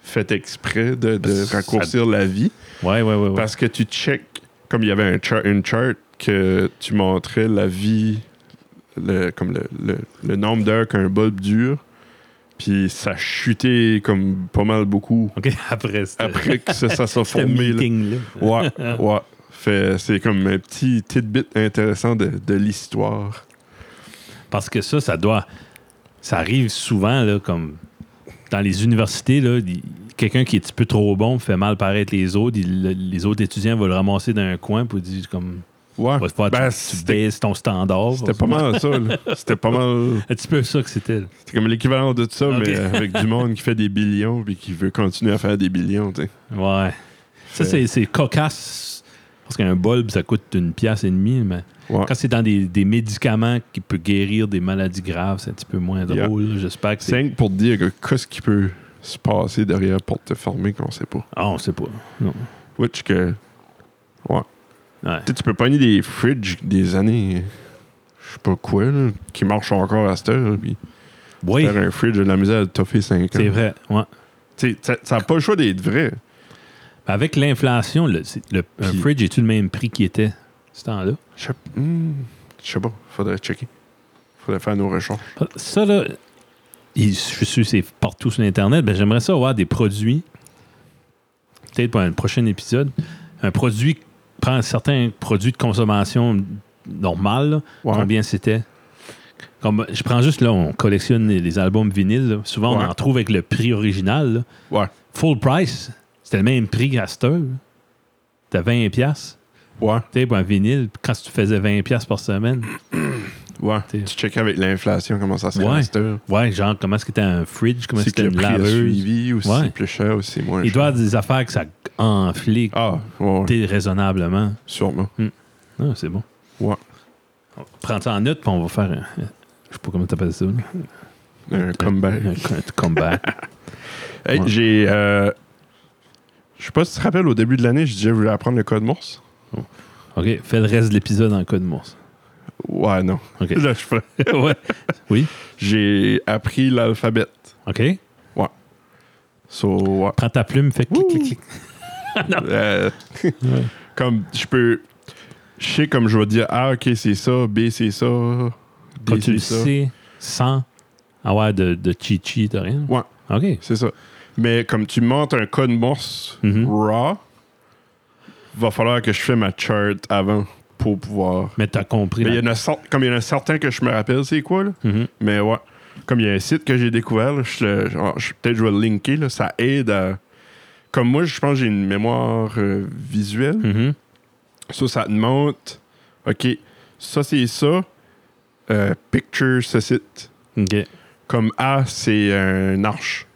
fait exprès de, de
Parce que ça-
raccourcir la vie.
Ouais, ouais, ouais. ouais.
Parce que tu check. Comme il y avait un char- une chart que tu montrais la vie. Le, comme le, le- le nombre d'heures qu'un bulbe dure. Puis ça chutait comme pas mal beaucoup
OK, après, c'était-
après que ça, ça soit
c'était
formé. là.
meeting-là.
Ouais, ouais. Fait, c'est comme un petit tidbit intéressant de, de l'histoire.
Parce que ça, ça doit. Ça arrive souvent, là, comme. Dans les universités, là, il- quelqu'un qui est un petit peu trop bon fait mal paraître les autres. il- le- les autres étudiants vont le ramasser dans un coin pour dire, comme.
Ouais.
Va te faire,
Ben,
tu- tu,
c'était
baisses ton standard.
c'était pas mal ça. là. C'était pas mal.
Un petit peu ça que c'était. là.
C'était comme l'équivalent de ça,
Ah, Ok.
mais avec du monde qui fait des billions et qui veut continuer à faire des billions. tu sais.
Ouais.
Fait-
Ça, c'est c'est cocasse. Parce qu'un bulbe, ça coûte une pièce et demie, mais
Ouais.
quand c'est dans des, des médicaments qui peuvent guérir des maladies graves, c'est un petit peu moins
Yeah.
drôle. là. J'espère que
C'est
c'est.
rien que pour te dire que qu'est-ce qui peut se passer derrière la porte fermée qu'on sait pas.
Ah, on sait pas. Non.
Which que. Ouais.
Ouais.
Tu sais, tu peux pogner des fridges des années. Je sais pas quoi, là, qui marchent encore à cette heure. là, Puis
Oui,
faire un fridge de la misère de toffer 5 ans.
c'est vrai. Ouais.
Tu sais, ça- ça n'a pas le choix d'être vrai.
Avec l'inflation, le, c'est- le- un
Puis-
fridge est-tu le même prix qu'il était ce temps-là?
Je sais hmm, je sais pas. Faudrait checker. Faudrait faire nos recherches.
Ça, là, il- je suis sûr que c'est partout sur Internet. Ben, J'aimerais ça avoir des produits, peut-être pour un prochain épisode, un produit, prendre certains produits de consommation normal, là,
Ouais.
combien c'était. Comme, je prends juste, là, on collectionne les, les albums vinyles. là. Souvent,
Ouais.
on en trouve avec le prix original. là.
Ouais.
Full price, c'était le même prix à cette heure. T'as 20$. piastres.
Ouais.
Tu sais, pour un vinyle, quand tu faisais 20$ piastres par semaine,
Ouais.
T'sais.
Tu checkes avec l'inflation comment ça se
Ouais.
passe. là.
ouais, genre, comment est-ce que t'as un fridge, comment est-ce
C'est
que
que
t'as
le prix
une
a
laveuse.
suivi ou si
Ouais.
c'est plus cher ou si c'est moins
Il
cher.
doit y avoir des affaires que ça enflé
Ah, ouais, ouais,
raisonnablement.
sûrement.
Ah, c'est bon.
Ouais.
On prend ça en note, puis on va faire un. Je sais pas comment t'appelles ça. là.
Un comeback.
Un, un comeback.
Hey,
Ouais.
j'ai. euh, Je sais pas si tu te rappelles, au début de l'année, je disais je voulais apprendre le code Morse.
OK, fais le reste de l'épisode en code morse.
Ouais, non.
OK.
Là, je fais-
ouais.
J'ai appris l'alphabet.
OK.
So, ouais.
Prends ta plume, fais clic, clic, clic.
Euh, comme je peux. Je sais comme je vais dire A, ok, c'est ça, B, c'est ça. D,
Quand tu le
c'est ça.
sais, sans avoir de, de chi-chi, de rien.
Ouais.
OK.
C'est ça. Mais comme tu montes un code morse
Mhm.
raw, va falloir que je fais ma chart avant pour pouvoir.
Mais t'as compris.
Mais il y
la-
en a cert- comme il y en a certains que je me rappelle, c'est quoi, là.
Mhm.
Mais ouais. Comme il y a un site que j'ai découvert, là, je, le- je- je- peut-être je vais le linker, là, ça aide à. Comme moi, je pense que j'ai une mémoire euh, visuelle.
Mhm.
Ça, ça te montre. OK, ça, c'est ça. Euh, picture ce site.
OK.
Comme A, c'est un arche.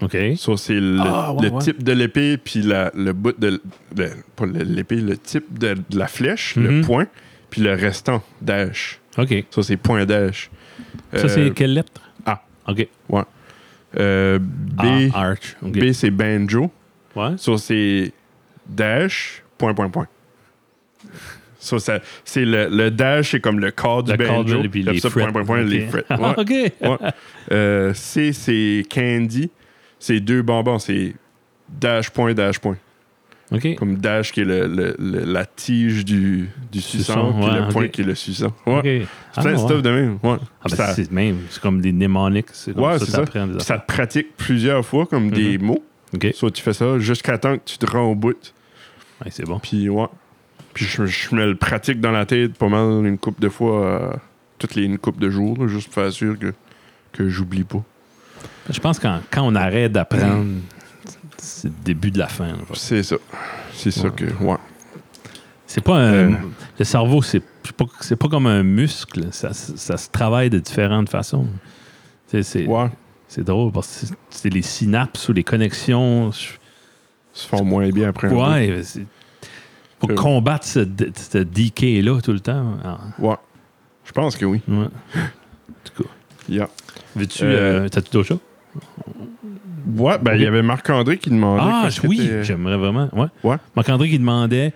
OK.
Ça, c'est le,
Ah, ouais,
le
ouais.
type de l'épée, puis la- le bout de. le- pas le- l'épée, le type de, de la flèche, le
Mhm.
point, puis le restant, dash.
OK.
Ça, c'est point dash.
Ça, c'est quelle lettre?
Euh,
Ah,
A.
OK.
Euh, B,
Ah, arch. OK.
B c'est banjo.
Ouais.
Ça, c'est dash, point, point, point. Ça, ça- c'est le, le dash, c'est comme le corps du
Le
banjo.
cordel et puis
Puis
les
ça,
frets.
point, point, point,
OK.
les frets. Ouais.
Ah, OK.
Ouais. Euh, C, c'est candy. C'est deux bonbons. C'est dash, point, dash, point.
OK.
Comme dash qui est le, le- le- la tige du, du
Suçon,
suçant, puis
ouais,
le point
ok.
qui est le suçant. Ouais.
OK.
C'est plein de
Ah,
stuff
ouais.
de même. Ouais.
Ah, ben,
ça,
c'est même. C'est comme des mnémoniques. C'est comme
Ouais,
ça Mhm.
c'est
que
ça.
t'apprends des
ça te pratique plusieurs fois comme des mots.
OK.
Soit tu fais ça jusqu'à temps que tu te rends au bout.
Ouais, c'est bon.
Puis ouais. Puis je, je me le pratique dans la tête pas mal une coupe de fois, euh, toutes les une coupe de jours, là, juste pour faire sûr que, que j'oublie pas.
Je pense que quand, quand on arrête d'apprendre, c'est le début de la fin. là.
C'est ça. C'est ça
Ouais.
que. Ouais.
C'est pas un.
Euh.
Le cerveau, c'est c'est pas, c'est pas comme un muscle. Ça, ça se travaille de différentes façons. C'est- C'est
Ouais.
c'est drôle parce que c'est- c'est les synapses ou les connexions. je-
Ils se font moins bien après. un bout.
Ouais, c'est- pour
Euh.
combattre ce, d- ce DK-là tout le temps. Ah,
Ouais. Je pense que oui.
ouais. en tout cas.
Yeah.
Veux-tu.
Euh.
euh, T'as-tu d'autres choses?
Ouais, ben il y avait Marc-André qui demandait.
Ah,
qu'est-ce que
oui,
t'es- euh,
j'aimerais vraiment. Ouais.
Ouais.
Marc-André qui demandait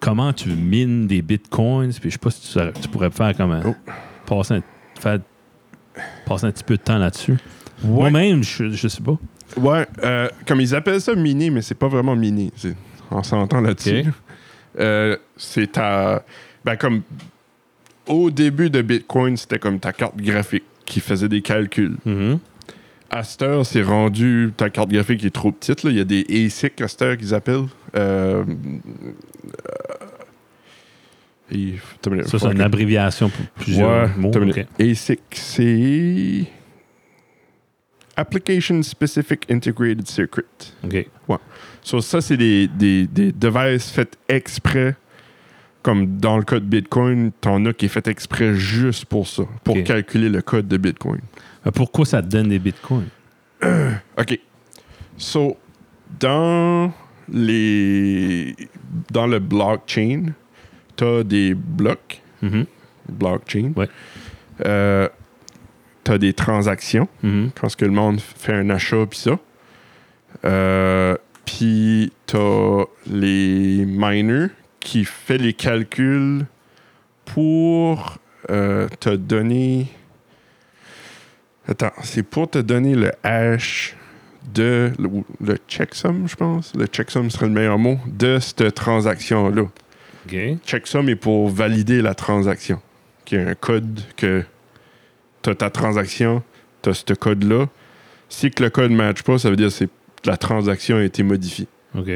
comment tu mines des bitcoins. Puis je sais pas si tu, saurais- tu pourrais faire comme un.
Oh.
Passer, un faire- passer un petit peu de temps là-dessus. Moi-même, je, je sais pas.
Ouais, euh, comme ils appellent ça mini, mais c'est pas vraiment mini. C'est- On s'entend là-dessus.
Ok.
Euh, c'est ta. Ben, comme. Au début de Bitcoin, c'était comme ta carte graphique qui faisait des calculs. À cette heure, c'est rendu. Ta carte graphique est trop petite. là. Il y a des ASIC à cette heure qu'ils appellent. Euh, euh, et- t'as une minute,
Ça, c'est
faut
une
que-
abréviation pour plusieurs mots.
t'as une minute.
Ok.
ASIC, c'est. Application Specific Integrated Circuit.
Ok.
So, ça, c'est des, des, des devices faits exprès. Comme dans le cas de Bitcoin, t'en as qui est fait exprès juste pour ça, pour
Ok.
calculer le code de Bitcoin.
Mais Euh, Pourquoi ça te donne des bitcoins?
OK. So, dans les... Dans le blockchain, t'as des blocs,
Mhm.
blockchain.
Ouais.
Euh, t'as des transactions.
Mhm.
quand ce que le monde fait un achat puis ça. Euh, puis t'as les miners qui fait les calculs pour euh, te donner. Attends, c'est pour te donner le hash de le, le checksum, je pense. Le checksum serait le meilleur mot de cette transaction là.
Ok.
Checksum est pour valider la transaction. Qui a un code que tu as ta transaction, tu as ce code-là. Si que le code ne matche pas, ça veut dire que c'est- la transaction a été modifiée.
Ok.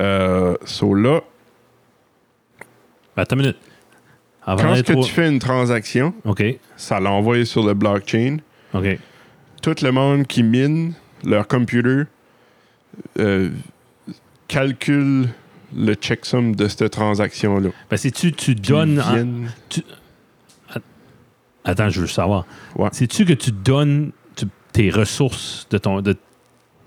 Euh, so là,
Ben, Attends une minute. Avant
quand
d'aller
est-ce que
trop-
tu fais une transaction,
Ok.
ça l'envoie sur le blockchain.
Ok.
Tout le monde qui mine leur computer euh, calcule le checksum de cette transaction-là.
Ben, si tu, tu
Puis
donnes.
ils
en-
viennent-
Attends, je veux savoir.
Ouais.
Sais-tu que tu donnes tu- tes ressources de, ton, de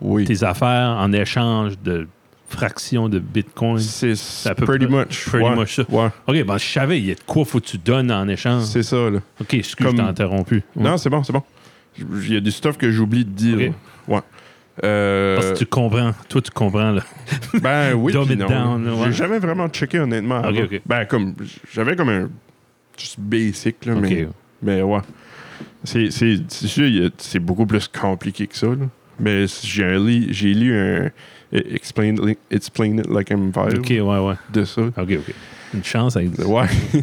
Oui.
tes affaires en échange de fractions de bitcoin?
C'est
à peu
pretty
près-
much.
pretty
ouais,
much ça.
ouais.
OK, ben, je savais, il y a de quoi faut que tu donnes en échange.
C'est ça, là.
OK, excuse,
Comme-
je t'ai interrompu. Ouais.
Non, c'est bon, c'est bon. J- Il y a du stuff que j'oublie de dire.
Mm. Ok.
Ouais. Euh,
Parce que tu comprends. Toi, tu comprends, là.
ben oui,
Dumb
puis
it
non.
down, là,
J'ai
ouais.
jamais vraiment checké, honnêtement.
Ok,
avant.
ok.
Ben, comme, j'avais comme un. Juste basic, là,
OK.
mais, mais ouais. C'est c'est- c'est sûr, il y a- c'est beaucoup plus compliqué que ça, là. Mais c- j'ai un li- j'ai lu un euh, Explain, li- Explain It Like I'm Five
OK, ouais, ouais.
de ça.
OK, OK. Une chance avec
Ouais. Puis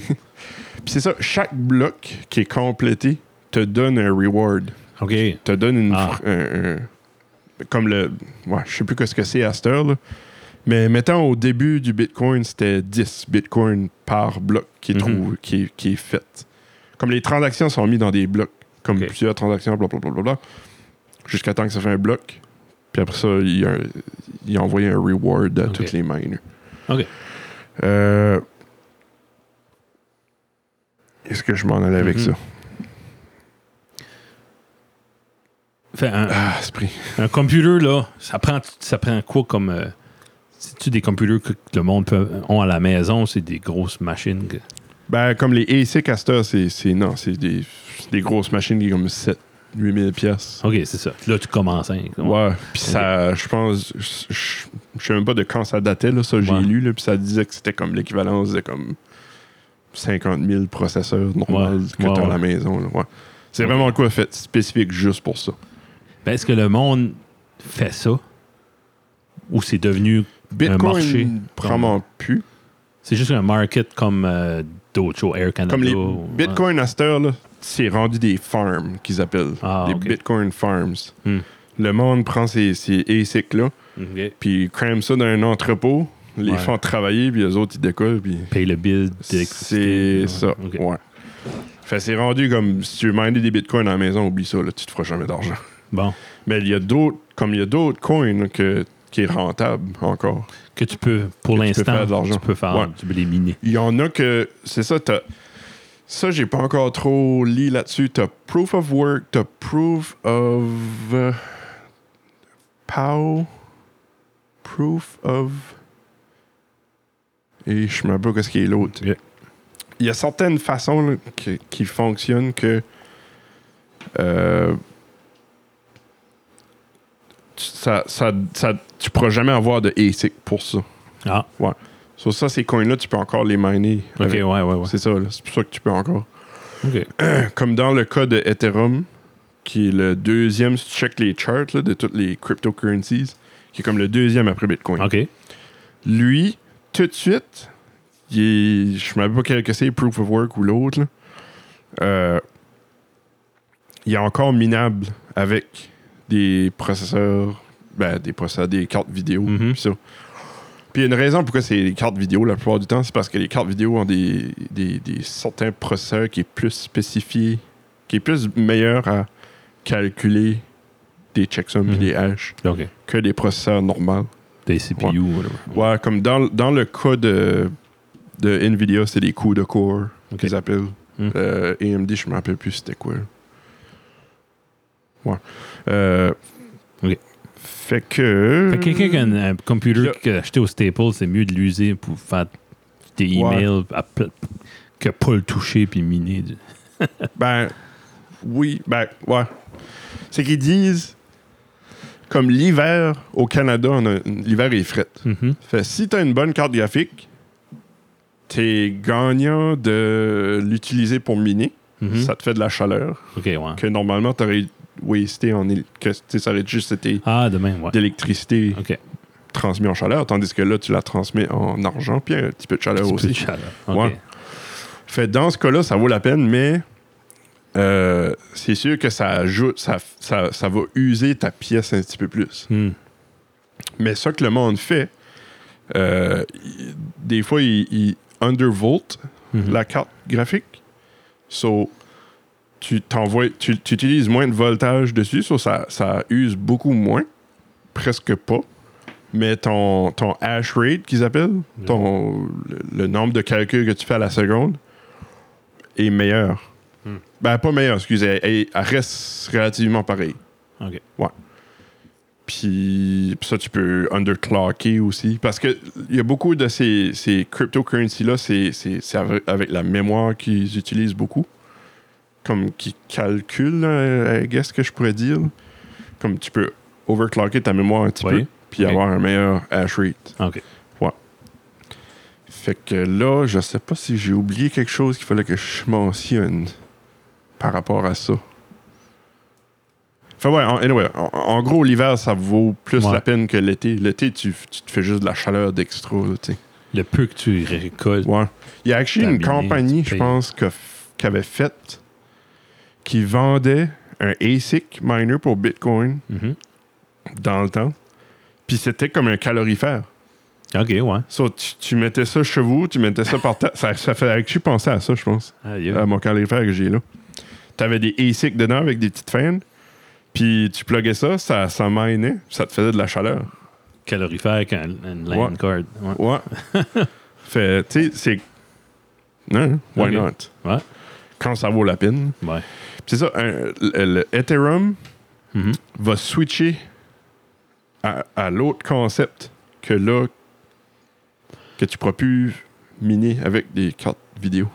c'est ça, chaque bloc qui est complété te donne un reward.
OK.
te donne une.
Ah.
fr- un- un- comme le. Ouais, je sais plus que ce que c'est à cette heure, là. Mais mettons, au début du Bitcoin, c'était 10 Bitcoin par bloc qui est,
Mhm.
trou- qui, est- qui est fait. Comme les transactions sont mises dans des blocs. comme
Ok.
plusieurs transactions, blablabla, jusqu'à temps que ça fait un bloc. Puis après ça, il a, il a envoyé un reward à
Ok.
toutes les miners.
Ok.
Euh, Est-ce que je m'en allais avec
Mhm.
ça?
Fait un,
Ah, c'est pris.
un computer, là, ça prend, ça prend quoi comme. euh, C'est-tu des computers que le monde peut, ont à la maison? C'est des grosses machines. que-
Ben, comme les AC Castor, c'est c'est- non, c'est des, c'est des grosses machines qui sont comme 7 8000 pièces.
Ok, c'est ça. Là, tu commences. Hein,
Ouais, puis ça, je pense, je- je je sais même pas de quand ça datait, là, ça, j'ai
Ouais.
lu, là, puis ça disait que c'était comme l'équivalence de comme 50 000 processeurs normaux
Ouais,
que t'as
ouais,
à la
ouais.
maison, là, ouais. C'est vraiment quoi fait spécifique juste pour ça.
Ben, Est-ce que le monde fait ça? Ou c'est devenu. marché.
Bitcoin, vraiment plus.
C'est juste un market comme euh, d'autres choses, Air Canada.
Comme les
ou-
Bitcoin à cette heure, là, c'est rendu des farms qu'ils appellent.
Ah,
des
ok.
Bitcoin farms.
Hmm.
Le monde prend ces, ces ASIC-là,
Ouais. Ok.
puis crame ça dans un entrepôt, les
Ouais.
font travailler, puis les autres, ils décollent, puis
Paye le bill d'électricité.
c'est
Ouais.
ça.
Ok.
Ouais. Fait que c'est rendu comme si tu veux miner des bitcoins à la maison, oublie ça, là, tu te feras jamais d'argent.
Bon.
Mais il y a d'autres, comme il y a d'autres coins là, que, qui est rentable encore.
Que tu peux, pour
Que tu peux faire de
l'instant,
l'argent.
tu peux faire,
Ouais.
tu peux les miner.
Il y en a que, c'est ça, t'as. Ça, j'ai pas encore trop lu là-dessus. T'as proof of work, t'as proof of. euh, pow. Proof of. Et je me rappelle pas qu'est-ce qui est l'autre.
Ok.
Il y a certaines façons là, qui, qui fonctionnent que. euh, tu- ça, ça, ça, tu pourras jamais avoir de ASIC pour ça.
Ah,
Sur ça, ces coins-là, tu peux encore les miner.
ok,
avec-
ouais, ouais, ouais.
C'est ça, là. c'est pour ça que tu peux encore.
Ok.
Comme dans le cas de Ethereum, qui est le deuxième, si tu check les charts là, de toutes les cryptocurrencies, qui est comme le deuxième après Bitcoin.
Ok.
Lui, tout de suite, il est- je ne me rappelle pas quel que c'est, Proof of Work ou l'autre, là. Euh, il est encore minable avec des processeurs, ben, des processeurs, des cartes vidéo,
Mhm.
pis ça. Puis il y a une raison pourquoi c'est les cartes vidéo la plupart du temps, c'est parce que les cartes vidéo ont des, des, des certains processeurs qui est plus spécifié, qui est plus meilleur à calculer des checksums et
Mhm.
des hash
Ok.
que des processeurs normaux.
Des CPU,
Ouais.
whatever.
Ouais, comme dans, dans le cas de, de NVIDIA, c'est des coups de core
Ok.
qu'ils appellent.
Hmm.
Euh, AMD, je me rappelle plus c'était quoi. Ouais. Euh,
Ok.
Fait que.
Fait que quelqu'un qui a un, un computer
Hmm. Je-
que acheté au Staples, c'est mieux de l'user pour faire des
Ouais.
emails à pl- que pas le toucher puis miner. du-
Ben, oui, ben, ouais. C'est qu'ils disent, comme l'hiver au Canada, on a- l'hiver est fret. Fait si t'as une bonne carte graphique, t'es gagnant de l'utiliser pour miner.
Mhm.
Ça te fait de la chaleur.
Ok, ouais.
que normalement t'aurais wasté en éle- que tu sais, ça aurait juste été
Ah, demain, ouais.
d'électricité
Ok.
transmise en chaleur, tandis que là tu la transmets en argent puis un petit peu de
Un
chaleur
petit peu de
aussi.
chaleur.
Ouais. Fait dans ce cas-là, ça vaut la peine, mais euh, c'est sûr que ça ajoute, ça, ça, ça va user ta pièce un petit peu plus.
Hmm.
Mais ça que le monde fait, euh, il- des fois il, il undervolt
Mhm.
la carte graphique. So, tu t'envoies, tu, tu utilises moins de voltage dessus, so ça, ça use beaucoup moins, presque pas. Mais ton, ton hash rate qu'ils appellent, ton, le, le nombre de calculs que tu fais à la seconde, est meilleur.
Hmm.
Ben, pas meilleur, excusez, elle, elle reste relativement pareille.
Ok.
Puis puis ça, tu peux underclocker aussi. Parce que il y a beaucoup de ces, ces cryptocurrencies-là, c'est, c'est, c'est ave- avec la mémoire qu'ils utilisent beaucoup. Comme qui calculent, euh, I guess que je pourrais dire. Comme tu peux overclocker ta mémoire un petit
Oui.
peu, puis
Ok.
avoir un meilleur hash rate.
Ok.
Fait que là, je sais pas si j'ai oublié quelque chose qu'il fallait que je mentionne par rapport à ça. Fait ouais, en, anyway, en, en gros, l'hiver, ça vaut plus
Ouais.
la peine que l'été. L'été, tu, tu te fais juste de la chaleur d'extra, là, tu sais.
Le peu que tu récoltes.
Ouais. Il y a actually une
T'as bien,
compagnie, je
tu payes.
pense, que- qui avait fait, qui vendait un ASIC miner pour Bitcoin
Mhm.
dans le temps. Puis c'était comme un calorifère.
Ok, ouais.
So, tu, tu mettais ça chez vous, tu mettais ça par terre. Ça, ça fait actually penser à ça, je pense.
Ah, yeah.
à mon calorifère que j'ai là. T'avais des ASIC dedans avec des petites fans. Puis tu pluguais ça, ça, ça minait, ça te faisait de la chaleur.
Calorifère quand une line
Ouais.
card. Ouais.
Ouais. fait, tu sais, c'est. Non, why
Ok.
not?
Ouais.
Quand ça vaut la peine.
Ouais.
Puis c'est ça, un- le, le Ethereum
Mhm.
va switcher à, à l'autre concept que là, que tu pourras plus miner avec des cartes vidéo.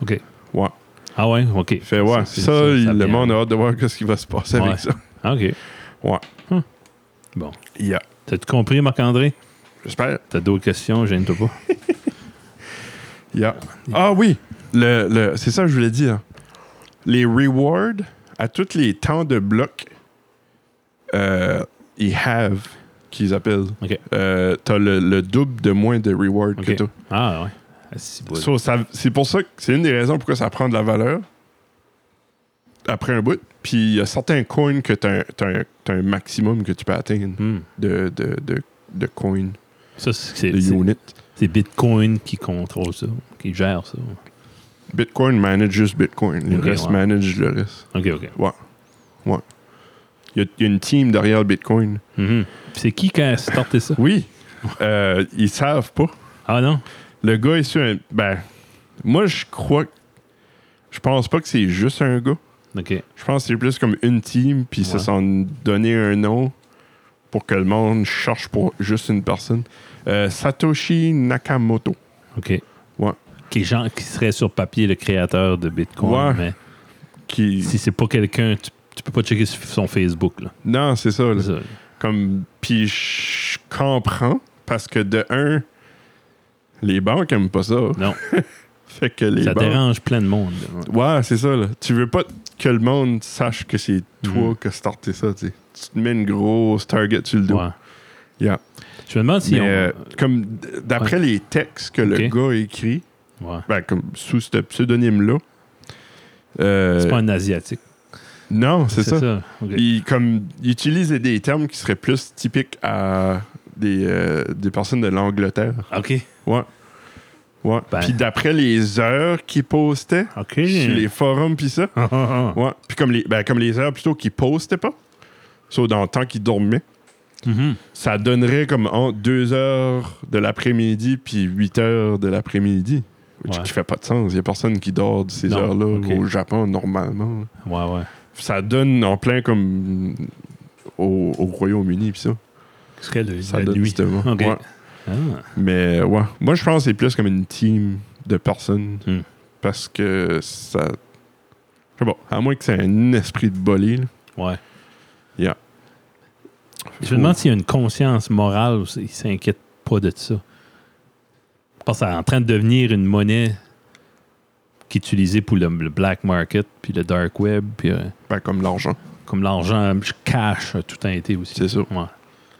OK.
Ouais.
Ah ouais, OK.
Fait, ouais, ça,
c'est-
il- le
vient-
monde a hâte de voir ce qui va se passer
Ouais.
avec ça.
Ah, OK.
Ouais.
Hum. Bon.
Yeah.
T'as-tu compris, Marc-André?
J'espère.
T'as d'autres questions? Gêne-toi pas.
Yeah. Ah oui, le, le- c'est ça que je voulais dire. Les rewards, à tous les temps de bloc, euh, ils have, qu'ils appellent.
OK.
Euh, T'as le, le double de moins de rewards
OK.
que toi.
Ah ouais. Ah, si, bon.
So, ça- c'est pour ça que c'est une des raisons pourquoi ça prend de la valeur après un bout. Puis il y a certains coins que t'as un, t'as un- t'as un maximum que tu peux atteindre
Hmm.
de, de, de, de coins,
Ça, c'est
de
c'est-
units.
c'est Bitcoin qui contrôle ça, qui gère ça.
Bitcoin manage juste Bitcoin. Le
Ok,
reste
ouais.
manage le reste.
OK, OK.
Il y, a- il y a une team derrière le Bitcoin.
Mhm. C'est qui qui a starté ça?
Oui. Euh, ils savent pas.
Ah non?
Le gars est sur un. Ben, moi, je crois. que- Je pense pas que c'est juste un gars.
OK.
Je pense que c'est plus comme une team, puis
Ouais.
se sont donné un nom pour que le monde cherche pour juste une personne. Euh, Satoshi Nakamoto.
OK.
Ouais.
Qui, genre, qui serait sur papier le créateur de Bitcoin,
Ouais.
mais
Qui...
si c'est pas quelqu'un, tu, tu peux pas checker sur son Facebook. Là.
Non, c'est ça. là.
C'est ça.
Comme, puis je comprends parce que de un, les banques aiment pas ça.
Non.
fait que les
Ça
banques.
dérange plein de monde. là. Ouais.
Ouais, c'est ça. Là. Tu veux pas que le monde sache que c'est toi
Mhm.
qui as starté ça. tu sais. Tu te mets une grosse target sur le dos.
Ouais.
Yeah.
Je me demande si
Mais,
on.
euh, comme d- d'après les textes que
Ok.
le gars a écrit,
ouais.
ben, comme sous ce pseudonyme-là, euh,
C'est pas un Asiatique.
non, c'est ça.
OK.
Il, comme, il utilise des termes qui seraient plus typiques à des, euh, des personnes de l'Angleterre.
OK.
Ouais. Ouais.
Ben.
Puis d'après les heures qu'il postait
OK.
sur les forums, puis ça,
Ah, ah, ah.
Ouais. Puis comme les, ben, comme les heures plutôt qu'ils postaient pas, sauf dans le temps qu'ils dormaient,
Mhm.
ça donnerait comme entre 2 heures de l'après-midi puis 8 heures de l'après-midi. Which
Ouais.
Qui fait pas de sens. Il y a personne qui dort de ces
Non,
heures-là
ok.
au Japon normalement.
Ouais, ouais.
Ça donne en plein comme au, au Royaume-Uni puis ça.
Ce serait le,
Ça
la
donne
nuit.
justement.
OK.
Ouais.
Ah.
Mais ouais, moi je pense que c'est plus comme une team de personnes
Hmm.
parce que ça. Je sais pas, à moins que c'est un esprit de bolé. là.
Ouais.
Yeah.
Je me demande s'il y a une conscience morale ou s'il s'inquiète pas de ça. Parce que c'est en train de devenir une monnaie qui est utilisée pour le, le black market, puis le dark web, puis euh,
Ben, comme l'argent.
comme l'argent je cash a tout a été aussi.
C'est ça.
Ouais.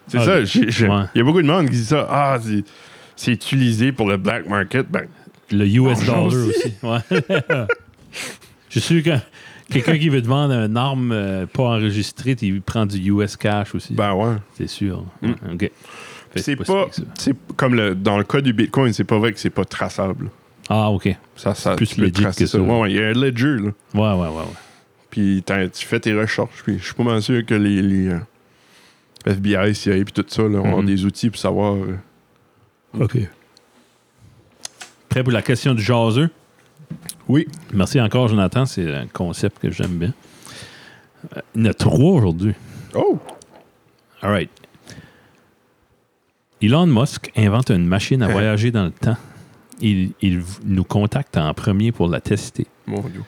C'est
Ah,
ça.
le-
j'ai- j'ai- Il
ouais.
y a beaucoup de monde qui dit ça. Ah, c'est- c'est utilisé pour le black market. Ben,
Le US
L'argent
dollar aussi. Ouais. Je suis sûr que quelqu'un qui veut te vendre une arme euh, pas enregistrée, il prend du US cash aussi.
ben ouais.
C'est sûr.
Mm.
OK. Fait
C'est
si
pas.
pire que ça.
c'est Comme le, dans le cas du Bitcoin, c'est pas vrai que c'est pas traçable.
Ah, OK. Ouais,
Ça, ça,
C'est plus
tu peux
legit
tracer
que ça.
Ouais, ouais, il y a un ledger. Là.
ouais, ouais. ouais.
Puis t'as- tu fais tes recherches. Puis je suis pas mal sûr que les, les, euh, FBI, CIA, puis tout ça, là, ont
Mhm.
des outils pour savoir. euh,
OK. Prêt pour la question du jaseux?
Oui.
Merci encore, Jonathan. C'est un concept que j'aime bien. Euh, Il y en a trois aujourd'hui.
Oh!
All right. Elon Musk invente une machine à voyager dans le temps. Il, il v- nous contacte en premier pour la tester.
Mon Dieu.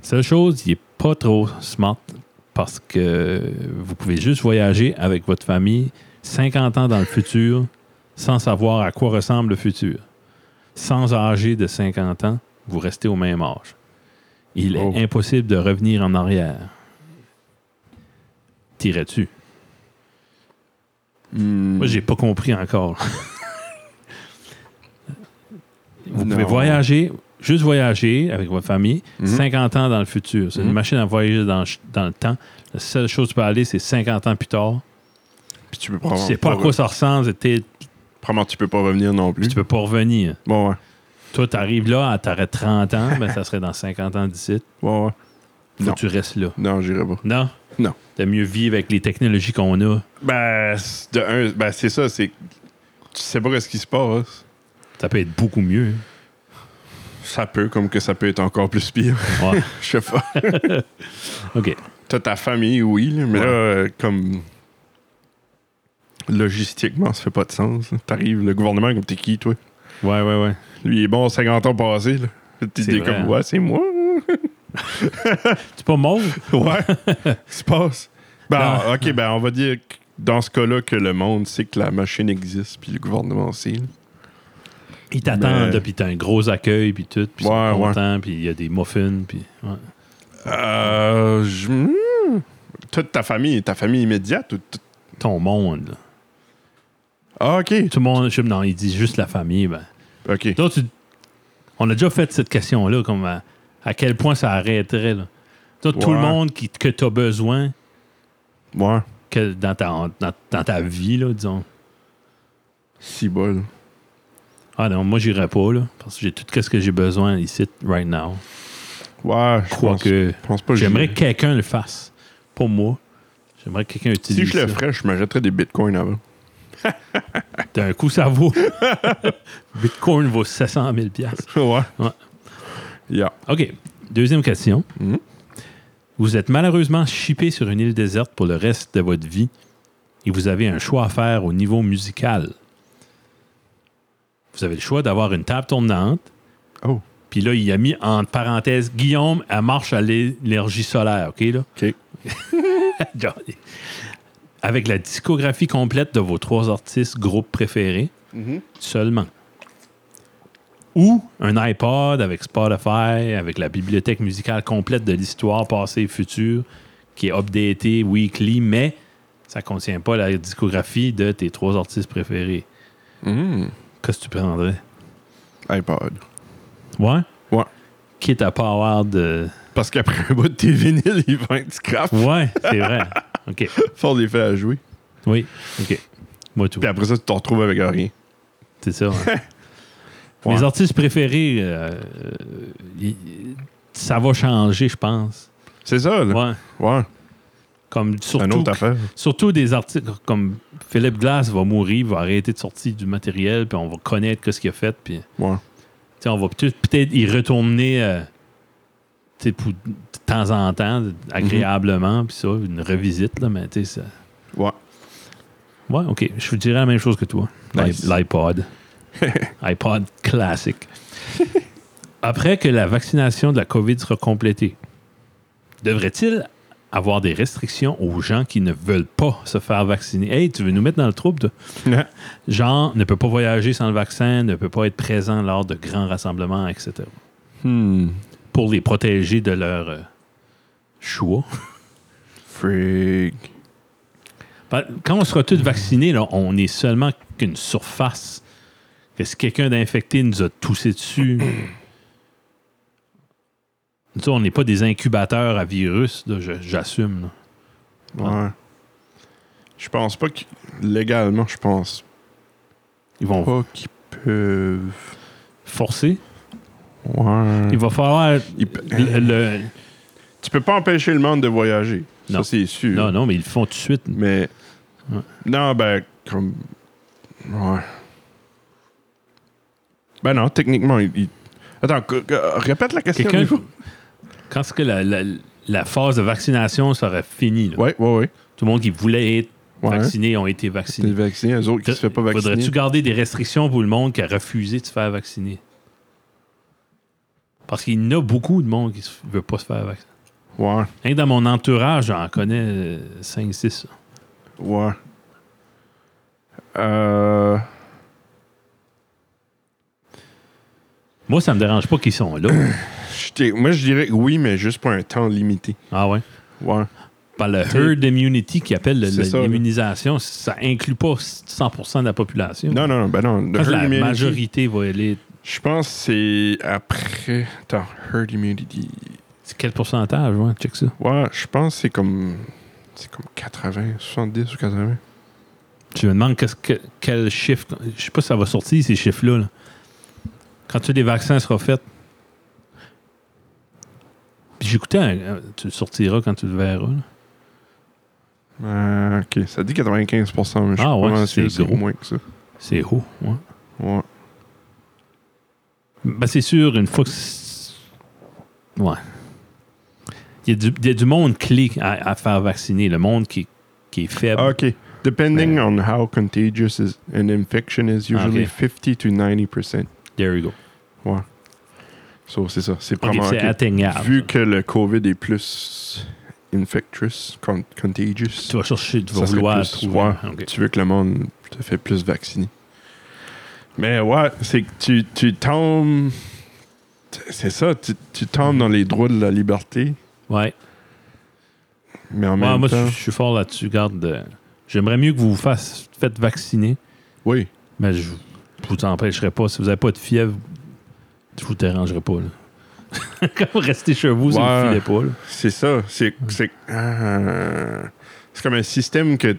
Seule chose, il n'est pas trop smart parce que vous pouvez juste voyager avec votre famille 50 ans dans le futur sans savoir à quoi ressemble le futur. Sans âger de 50 ans, vous restez au même âge. Il est
Oh.
impossible de revenir en arrière. T'irais-tu?
Hmm.
Moi, j'ai pas compris encore. Vous pouvez
Non.
voyager, juste voyager avec votre famille,
Mhm.
50 ans dans le futur. C'est une
Mhm.
machine à voyager dans, le ch- dans le temps. La seule chose que tu peux aller, c'est 50 ans plus tard.
Puis tu peux
Tu
Oh, pas.
sais pas à quoi ça ressemble, c'était-
Probablement, tu peux pas revenir non plus.
tu peux pas revenir.
Bon, ouais.
toi, t'arrives là, t'aurais 30 ans, mais ça serait dans 50 ans d'ici.
Ouais, ouais.
Faut
Non.
que tu restes là.
Non, j'irai pas.
Non?
Non.
T'as mieux vivre avec les technologies qu'on a.
Ben, c'est- de un, ben, c'est ça, c'est. Tu sais pas ce qui se passe.
Ça peut être beaucoup mieux.
Ça peut, comme que ça peut être encore plus pire.
hein. Ouais.
Je sais pas.
OK.
T'as ta famille, oui, là, mais
Ouais.
là, euh, comme. Logistiquement, ça fait pas de sens. là. T'arrives, le gouvernement, comme t'es qui, toi
Ouais, ouais, ouais.
Lui, il est bon 50 ans passé, là. T'es
C'est
t'es
vrai,
comme,
hein?
ouais, c'est moi.
Tu pas mort?
Ouais. se passe. Ben,
Non.
ok, ben, on va dire que dans ce cas-là que le monde sait que la machine existe, puis le gouvernement aussi. là.
Ils t'attendent,
Mais-
puis t'as un gros accueil, puis tout. Puis ils
Ouais,
sont
ouais.
contents, puis il y a des muffins, puis... ouais.
Euh. je- hmm. Toute ta famille, ta famille immédiate ou tout-
Ton monde, là.
Ah, ok.
Tout le monde... je- Non, ils disent juste la famille, ben...
Ok.
Là, tu- On a déjà fait cette question-là, comme à, à quel point ça arrêterait. Là. Toi, Tout
Ouais.
le monde qui, que tu as besoin
Ouais.
que dans, ta, dans, dans ta vie, là, disons.
Si bol.
Ah non, moi, j'irai pas, là, parce que j'ai tout ce que j'ai besoin ici, right now.
Ouais, je pense,
Quoique,
je pense pas. que
j'aimerais
j'y-
que quelqu'un le fasse. Pour moi, j'aimerais que quelqu'un utilise
Si je le
ça.
ferais, je m'achèterais des bitcoins avant.
D'un coup, ça vaut. Bitcoin vaut 700 000 piastres.
ouais.
Ouais.
Yeah.
OK. Deuxième question.
Mhm.
Vous êtes malheureusement shippé sur une île déserte pour le reste de votre vie et vous avez un choix à faire au niveau musical. Vous avez le choix d'avoir une table tournante.
Oh.
Puis là, il a mis entre parenthèses Guillaume, elle marche à l'énergie solaire. OK, là?
OK.
Johnny. Avec la discographie complète de vos trois artistes groupes préférés seulement. Ou un iPod avec Spotify, avec la bibliothèque musicale complète de l'histoire passée et future, qui est updatée weekly, mais ça ne contient pas la discographie de tes trois artistes préférés.
Mhm.
Qu'est-ce que tu prendrais?
iPod.
Ouais?
Ouais.
Quitte à pas avoir de...
Parce qu'après un bout de tes vinyles, ils vont être scrap.
Ouais, c'est vrai. OK.
Faut les faire à jouer.
Oui. OK. Moi, tout.
Puis après ça, tu t'en retrouves avec rien.
C'est ça. hein. Mes
Ouais.
artistes préférés, euh, euh, y- y- ça va changer, je pense.
C'est ça, là.
Ouais.
Ouais.
Comme
C'est Une
surtout,
autre affaire.
surtout des artistes comme Philippe Glass va mourir, va arrêter de sortir du matériel, puis on va connaître que ce qu'il a fait, puis
Ouais.
tu sais, on va peut-être peut-être y retourner euh, tu sais, pour- de temps en temps, agréablement, puis ça, une revisite, là, mais tu sais, ça-
Ouais.
Ouais, OK. Je vous dirais la même chose que toi. L'i-
Nice.
L'iPod. iPod classique. Après que la vaccination de la COVID sera complétée, devrait-il avoir des restrictions aux gens qui ne veulent pas se faire vacciner? Hey, tu veux nous mettre dans le trouble? toi?
Ouais.
Genre, ne peut pas voyager sans le vaccin, ne peut pas être présent lors de grands rassemblements, etc.
Hmm.
Pour les protéger de leur euh, choix.
Freak.
Ben, Quand on sera tous vaccinés, là, on est seulement qu'une surface. Que si quelqu'un d'infecté nous a toussé dessus, Nous, on n'est pas des incubateurs à virus, là, je- j'assume. là.
Ouais. Je pense pas que. Légalement, je pense
Ils vont
pas qu'ils peuvent.
forcer.
Ouais.
Il va falloir.
Ils pe-
le- le-
Tu peux pas empêcher le monde de voyager.
Non.
Ça, c'est sûr.
Non, non, mais ils le font tout de suite.
Mais.
Ouais.
Non, ben, comme. Ouais. Ben non, techniquement, il. il- Attends, que- que- répète la question.
Quelqu'un.
une fois.
Quand est-ce que la, la- la phase de vaccination sera finie? là?
Ouais, ouais, ouais.
Tout le monde qui voulait être
Ouais.
vacciné ont été
Les
vaccinés.
vaccinés, eux autres qui se fait pas vacciner.
Faudrait-tu garder des restrictions pour le monde qui a refusé de se faire vacciner? Parce qu'il y en a beaucoup de monde qui ne veut pas se faire vacciner.
Ouais,
Rien que dans mon entourage, j'en connais euh, 5-6.
ouais. Euh.
Moi, ça me dérange pas qu'ils sont là.
je t'ai- Moi, je dirais que oui, mais juste pour un temps limité.
ah ouais?
Ouais.
Par le herd immunity qui appelle le-
C'est ça,
le-
là.
l'immunisation, ça inclut pas 100% de la population.
Non, non, non, ben non. le
Quand
herd
la
immunity,
majorité va aller.
Je pense que c'est après. Attends, herd immunity.
C'est quel pourcentage? Ouais, check ça.
Ouais, je pense que c'est comme. C'est comme 80, 70 ou 80.
Je me demande qu'est-ce que- quel chiffre. Je sais pas si ça va sortir, ces chiffres-là. là. Quand tu sais, les vaccins seront faits. Puis j'écoutais, un- un- tu le sortiras quand tu le verras. là.
Euh, ok, ça dit 95 mais je suis
Ah ouais,
pas
c'est
sûr, c'est
gros.
moins que ça.
C'est haut, ouais.
Ouais.
Ben, c'est sûr, une fois que. c'est- Ouais. Il y, a du- il y a du monde clé à, à faire vacciner, le monde qui, qui est faible.
Okay. Depending
Yeah.
on how contagious is an infection is usually
Okay.
50 to 90%.
There you go.
So, c'est ça. C'est
Ok,
vraiment
c'est
ok.
atteignable.
Vu que le COVID est plus infectious, con- contagious,
tu vas chercher, tu vas
Ça serait
vouloir
plus-
trouver.
ouais.
Ok.
tu veux que le monde te fait plus vacciner. Mais ouais, c'est que tu, tu tombes. C'est ça, tu, tu tombes dans les droits de la liberté,
Ouais.
mais en
Ouais,
même
moi,
temps.
je je suis fort là-dessus. Garde, euh, j'aimerais mieux que vous vous fasse- faites vacciner,
Oui.
mais je je vous empêcherai pas. Si vous n'avez pas de fièvre, je vous dérangerai pas. là. Quand vous restez chez vous, si vous
Ouais.
ne filez pas. là.
C'est ça. C'est c'est ah. C'est comme un système que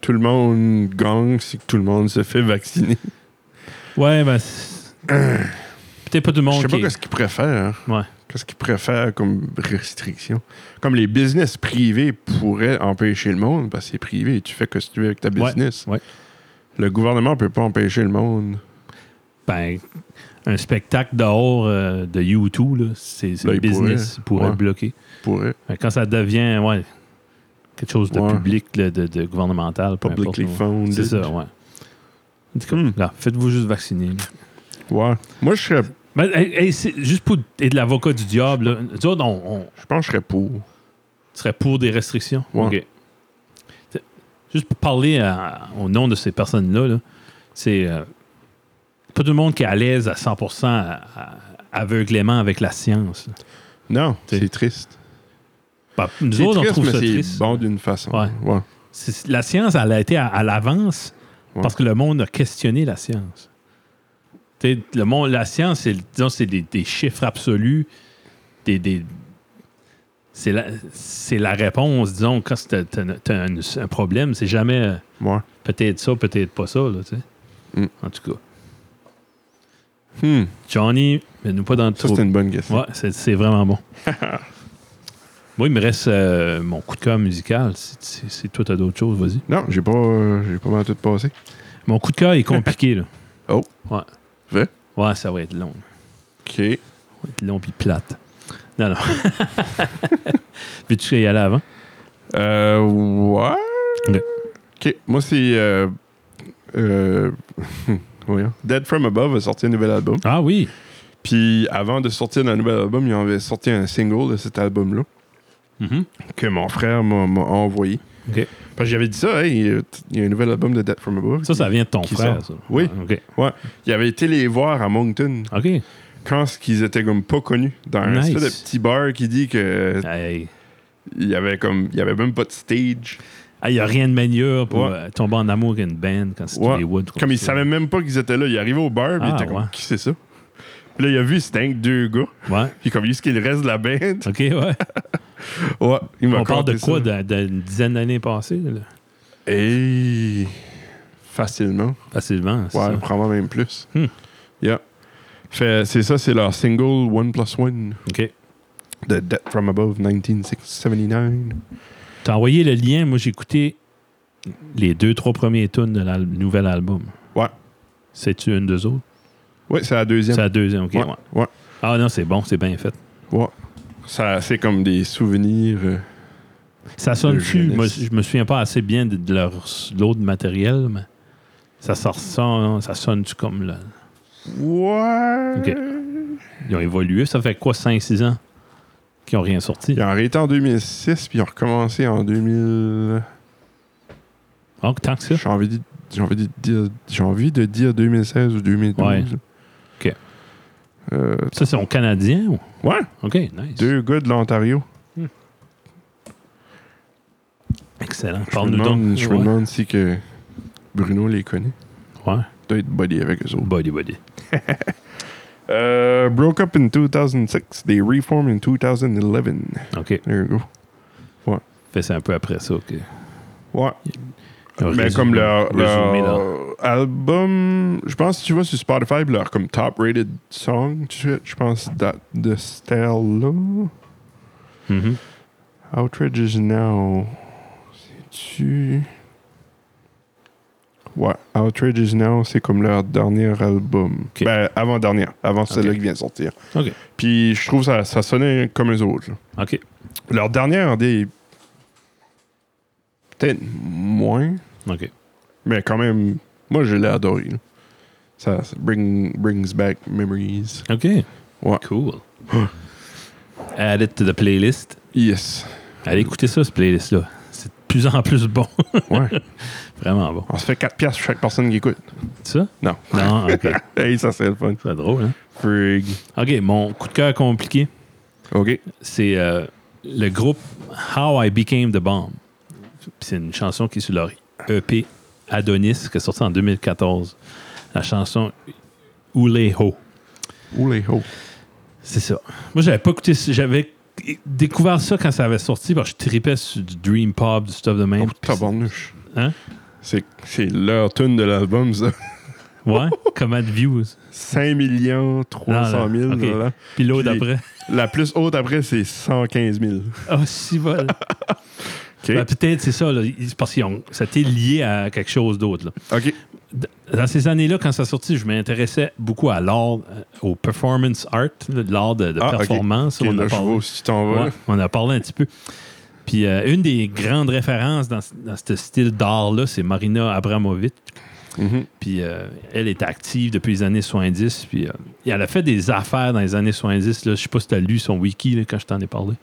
tout le monde gagne, c'est que tout le monde se fait vacciner.
Ouais, ben. c'est- Peut-être pas tout
Je
le monde
sais
qui
pas
est-
qu'est-ce qu'ils préfèrent.
Ouais.
Qu'est-ce qu'ils préfèrent comme restriction. Comme les business privés pourraient empêcher le monde, parce que c'est privé, tu fais ce que tu veux avec ta business.
ouais.
Le gouvernement peut pas empêcher le monde.
ben, un spectacle dehors euh, de YouTube, là, c'est c'est
Ben,
le
il pourrait.
business il pourrait
Ouais.
bloquer.
Pourrait.
Ben, quand ça devient ouais, quelque chose de
Ouais.
public, là, de, de gouvernemental, peu importe,
Publicly
ouais.
funded.
C'est ça, ouais. En tout cas,
Hmm.
là, faites-vous juste vacciner. là.
Ouais. Moi, je serais-
Ben, hey, hey, c'est juste pour être l'avocat du diable, là, nous autres, on, on
je pense que je serais pour.
serait pour des restrictions.
Ouais.
OK. C'est- Juste pour parler à- au nom de ces personnes-là, là, c'est euh, pas tout le monde qui est à l'aise à 100% à- à- aveuglément avec la science. là.
Non,
T'sais,
c'est triste.
Ben, nous
C'est
autres,
triste,
on trouve ça
mais
triste.
c'est bon d'une façon.
Ouais.
ouais.
C'est- La science, elle a été à, à l'avance
Ouais.
parce que le monde a questionné la science. T'sais, le monde, la science, c'est, disons, c'est des, des chiffres absolus, des, des- c'est, la, c'est la réponse, disons, quand t'as, t'as- t'as un, un problème, c'est jamais euh,
Ouais.
peut-être ça, peut-être pas ça, là, tu sais.
Mm.
En tout cas,
Hmm.
Johnny, mets-nous pas dans le
Ça,
trou.
c'est une bonne question.
Ouais, c'est, c'est vraiment bon. Moi, il me reste euh, mon coup de cœur musical. Si, si, si toi, t'as d'autres choses, vas-y.
Non, j'ai pas, euh, j'ai pas mal tout passé.
Mon coup de cœur est compliqué, là.
Oh.
Ouais.
Vrai?
Ouais, ça va être long.
OK.
Ça va être long puis plate. Non, non. Veux-tu y aller avant?
Euh, ouais.
Ok.
OK. Moi, c'est... Euh, euh, voyons. Dead From Above a sorti un nouvel album.
Ah oui.
Puis avant de sortir un nouvel album, ils avaient sorti un single de cet album-là
Mhm.
que mon frère m'a m'a envoyé.
OK.
Parce que j'avais dit ça, hey, euh, t- il y a un nouvel album de Dead From Above.
Ça, ça vient de ton
Qui
frère, ça.
sort? Oui. Euh,
OK.
Il avait été les voir à Moncton
OK.
quand ce qu'ils étaient comme pas connus dans un
Nice.
espèce de petit bar qui dit que
Hey.
il y avait comme il y avait même pas de stage.
Il n'y a rien de meilleur pour
Ouais.
euh, tomber en amour avec une band quand c'est
Ouais.
les Woods.
Comme il
ça.
savait même pas qu'ils étaient là. Il arrivait au bar, puis
Ah,
il était comme,
ouais.
qui c'est ça? Puis là, il a vu, c'était un deux gars.
Ouais.
Puis comme, il ce qu'il reste de la band.
OK, ouais.
Ouais, il m'a
On parle de
conté
quoi
ça.
d'un- d'une dizaine d'années passées, là?
Hey, facilement.
Facilement, c'est
Ouais,
ça.
probablement même plus.
Hmm.
Yeah. Fait, c'est ça, c'est leur single One Plus One
OK.
de Death From Above 1979.
T'as envoyé le lien. Moi, j'ai écouté les deux, trois premiers tunes de l'al- nouvel album.
Ouais.
C'est-tu une des autres?
Ouais, c'est la deuxième.
C'est la deuxième, OK.
ouais,
ouais.
ouais.
Ah non, c'est bon, c'est bien fait.
ouais. Ça, c'est comme des souvenirs. euh,
Ça sonne
De
plus.
jeunesse.
Moi, je me souviens pas assez bien de, de leur l'autre matériel, mais ça sort ça, ça sonne tu comme là.
Ouais.
Ok. Ils ont évolué. Ça fait quoi, 5-6 ans qu'ils ont rien sorti?
Ils ont arrêté en 2006, puis ils ont recommencé en 2000.
Ah, tant que ça.
J'ai envie de, j'ai envie de dire, j'ai envie de dire 2016 ou 2012.
Ouais. Ok.
Euh,
Ça, c'est en canadien? ou-
ouais,
OK, nice.
deux gars de l'Ontario.
Excellent.
Je me
Parle-nous
demande,
donc.
je me
ouais.
demande si que Bruno les connaît.
Ouais. Oh,
Doit être buddy avec eux autres.
Body, body.
Euh, broke up in 2006. They reformed in 2011.
OK.
There you go.
Fait c'est un peu après ça. OK.
Ouais. Mais comme leur,
résumé,
leur
là.
album, je pense que tu vas sur Spotify, puis leur comme top rated song, tout de suite, je pense date de Stella.
Mhm.
Outrage is now. C'est-tu. Ouais, Outrage is now, c'est comme leur dernier album.
Ok.
Ben, avant-dernier, avant, celui-là
Ok.
qui vient de sortir.
Ok.
Puis je trouve ça, ça sonnait comme les autres. là.
OK.
Leur dernière, des. Peut-être moins.
OK.
Mais quand même, moi, je l'ai adoré. là. Ça, ça bring, brings back memories.
OK.
Ouais.
Cool. Add it to the playlist.
Yes.
Allez écouter ça, ce playlist-là. C'est de plus en plus bon.
Ouais.
Vraiment bon.
On se fait 4 piastres chaque personne qui écoute.
Ça?
Non.
Non, OK.
Hey, ça, c'est le fun.
C'est drôle, hein?
Frig.
OK, mon coup de cœur compliqué,
OK.
c'est euh, le groupe How I Became the Bomb. Puis C'est une chanson qui est sur leur EP Adonis, qui est sortie en 2014. La chanson Ouleho.
Où les hauts.
C'est ça. Moi, j'avais pas écouté ça. J'avais découvert ça quand ça avait sorti, parce que je tripais sur du Dream Pop, du stuff de
Oh,
même. Puis
tabarnouche.
Hein?
C'est, c'est leur tune de l'album, ça.
c'est- ouais, comment de views.
5 millions 300 000.
Non, non, Ah, ok.
voilà.
Puis l'autre
Puis-
d'après.
La plus haute après, c'est 115 000.
Ah, si, voilà.
OK.
Ben, Peut-être, c'est ça. Là, C'est parce que ça a été lié à quelque chose d'autre. là.
OK.
D- Dans ces années-là, quand ça sortit, je m'intéressais beaucoup à l'art, euh, au performance art, là, de l'art de, de
Ah, ok.
performance.
OK,
on,
là,
a
je
parlé,
vois si tu t'en vas.
Ouais, on a parlé un petit peu. Puis euh, une des grandes références dans, dans ce style d'art-là, c'est Marina Abramovic.
Mhm.
Puis euh, elle est active depuis les années 70. Puis euh, et elle a fait des affaires dans les années 70. là. Je sais pas si tu as lu son wiki là, quand je t'en ai parlé.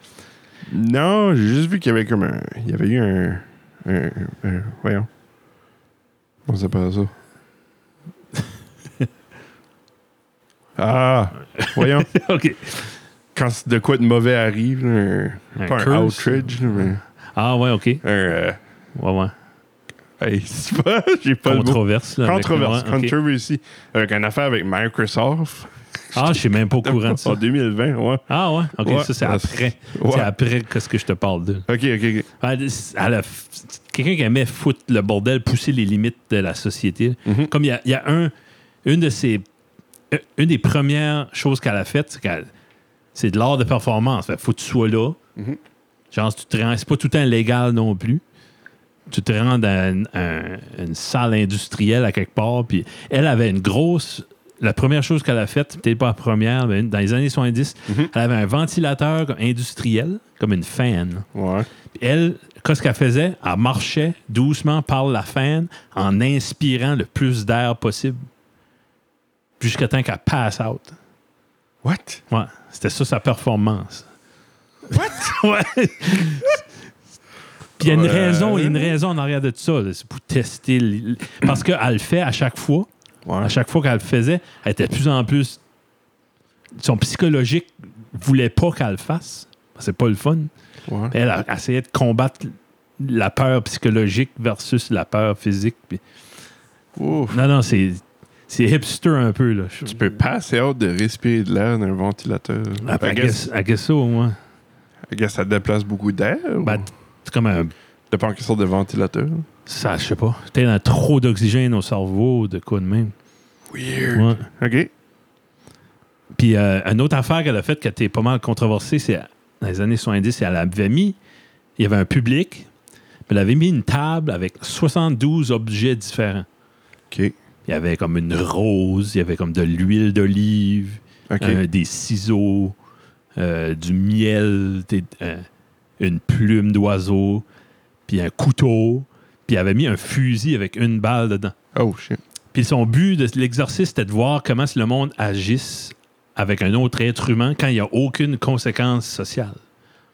Non, j'ai juste vu qu'il y avait comme un. Il y avait eu un. un, un- voyons. Comment ça s'appelle ça? ah! Voyons.
OK.
Quand c'est de quoi de mauvais arrive, là, un,
Un
pas un
curse.
outrage, là, mais
Ah ouais, OK.
un. euh,
Ouais, ouais.
hey, c'est pas. J'ai pas le mot.
Controverse. là, avec-
Controverse,
ouais, ok.
controversy. Avec une affaire avec Microsoft.
Ah, je suis même pas au courant de ça.
En 2020, ouais.
Ah ouais? OK,
Ouais.
ça, c'est
Ouais.
après.
Ouais.
C'est après que ce que je te parle de.
Ok, ok, ok.
Elle- Ah, elle a- Quelqu'un qui aimait foutre le bordel, pousser les limites de la société.
Mhm.
Comme il y a, il y a un, une de ses... Une des premières choses qu'elle a faites, c'est qu'elle- c'est de l'art de performance. Fait, faut que tu sois là.
Mhm.
Genre, si tu te rends- c'est pas tout le temps légal non plus. Tu te rends dans un- un- une salle industrielle à quelque part. Puis elle avait une grosse. La première chose qu'elle a faite, peut-être pas la première, mais une- dans les années 70,
Mhm.
elle avait un ventilateur comme industriel, comme une fan.
Ouais.
Puis elle, qu'est-ce qu'elle faisait? Elle marchait doucement par la fan en inspirant le plus d'air possible jusqu'à temps qu'elle passe out.
What?
Ouais, c'était ça sa performance. What? ouais. Puis il y a une
Ouais.
raison, il y a une raison en arrière de tout ça. là. C'est pour tester. l- Parce qu'elle le fait à chaque fois.
Ouais.
À chaque fois qu'elle le faisait, elle était de plus en plus. Son psychologique voulait pas qu'elle le fasse. C'est pas le fun.
Ouais.
Elle a essayé de combattre la peur psychologique versus la peur physique. puis- Ben-
Ouf.
Non, non, c'est. C'est hipster un peu, là. Je-
Tu peux pas assez hâte de respirer de l'air d'un ventilateur.
Ah,
I
I
guess,
guess- I guess so, moi.
I guess ça déplace beaucoup d'air. ou-
Ben, c'est comme un
Dépend quelle sorte de ventilateur.
Ça, je sais pas. Peut-être dans trop d'oxygène au cerveau, de quoi de même.
Weird.
Ouais.
OK.
Puis, euh, une autre affaire qu'elle a faite qui était pas mal controversée, c'est dans les années 70, elle avait mis, il y avait un public, mais elle avait mis une table avec 72 objets différents.
OK.
Il y avait comme une rose, il y avait comme de l'huile d'olive,
OK.
euh, des ciseaux, euh, du miel, des- euh, une plume d'oiseau, puis un couteau, puis elle avait mis un fusil avec une balle dedans.
oh, shit.
Puis son but de l'exercice, c'était de voir comment le monde agisse avec un autre être humain quand il n'y a aucune conséquence sociale.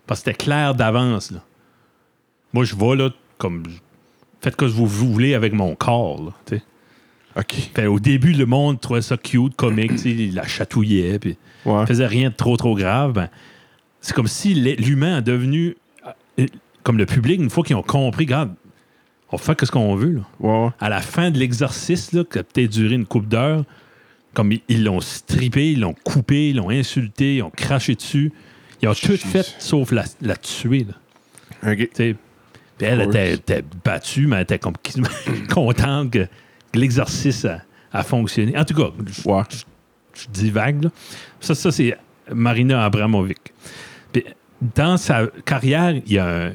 Parce que c'était clair d'avance. là. Moi, je vais là, comme. Faites ce que vous voulez avec mon corps. là, tu sais.
OK.
Fait, au début, le monde trouvait ça cute, comique. tu sais, il la chatouillait. Puis
Ouais.
faisait rien de trop, trop grave. ben, c'est comme si l'e- l'humain a devenu. euh, Comme le public, une fois qu'ils ont compris, regarde, on fait que ce qu'on veut. Là
Ouais.
à la fin de l'exercice, là, qui a peut-être duré une coupe d'heure, comme ils- ils l'ont strippé, ils l'ont coupé, ils l'ont insulté, ils ont craché dessus. Ils ont tout
Jeez.
fait sauf la, la tuer. là.
OK.
Tu sais, Puis elle
Of course.
était, était battue, mais elle était comme contente que, que l'exercice a, a fonctionné. En tout cas, je,
Ouais.
je divague. là. Ça, ça c'est Marina Abramovic. Puis, dans sa carrière, il y a un,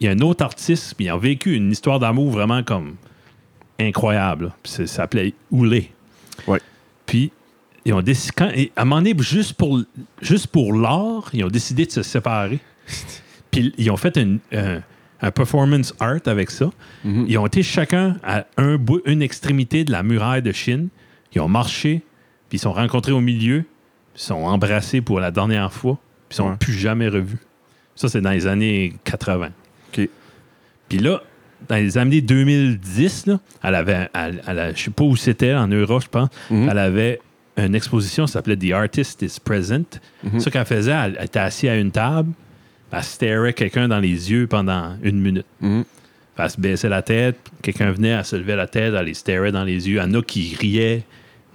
il y a un autre artiste, puis il a vécu une histoire d'amour vraiment comme incroyable. là. Puis c'est- ça s'appelait Oulé.
Ouais.
Puis, ils ont décidé, quand- et à un moment donné, juste pour, juste pour l'art, ils ont décidé de se séparer. Puis, ils ont fait une- un- un performance art avec ça. Ils ont été chacun à un bout, une extrémité de la muraille de Chine. Ils ont marché, puis ils se sont rencontrés au milieu, puis ils se sont embrassés pour la dernière fois, puis ils sont
Ouais.
plus jamais revus. Ça, c'est dans les années 80.
OK.
Puis là, dans les années 2010, là, elle avait, elle, elle a- je sais pas où c'était, en Europe, je pense,
Mhm.
elle avait une exposition qui s'appelait The Artist is Present.
Mhm.
Ce qu'elle faisait, elle, elle était assise à une table, elle starait quelqu'un dans les yeux pendant une minute.
Mhm.
Elle se baissait la tête, quelqu'un venait, elle se levait la tête, elle les starait dans les yeux. Il y en a qui riaient,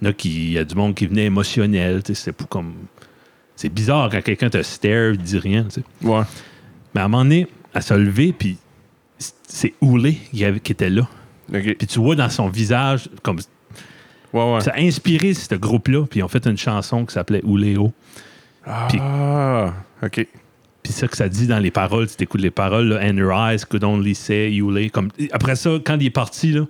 il y en a qui- il y a du monde qui venait émotionnel. tu sais, C'était pour comme. C'est bizarre quand quelqu'un te stare, dit rien. tu sais.
Ouais.
Mais à un moment donné, elle se levait, puis c'est- c'est Oulé qui avait- qui était là.
OK.
Puis tu vois dans son visage, comme
Ouais, ouais.
ça a inspiré ce groupe-là, puis ils ont fait une chanson qui s'appelait Ouléo.
Ah, OK.
Puis ça que ça dit dans les paroles, si t'écoutes les paroles, là, and your eyes could only say Oulé. Comme... Après ça, quand il est parti, là,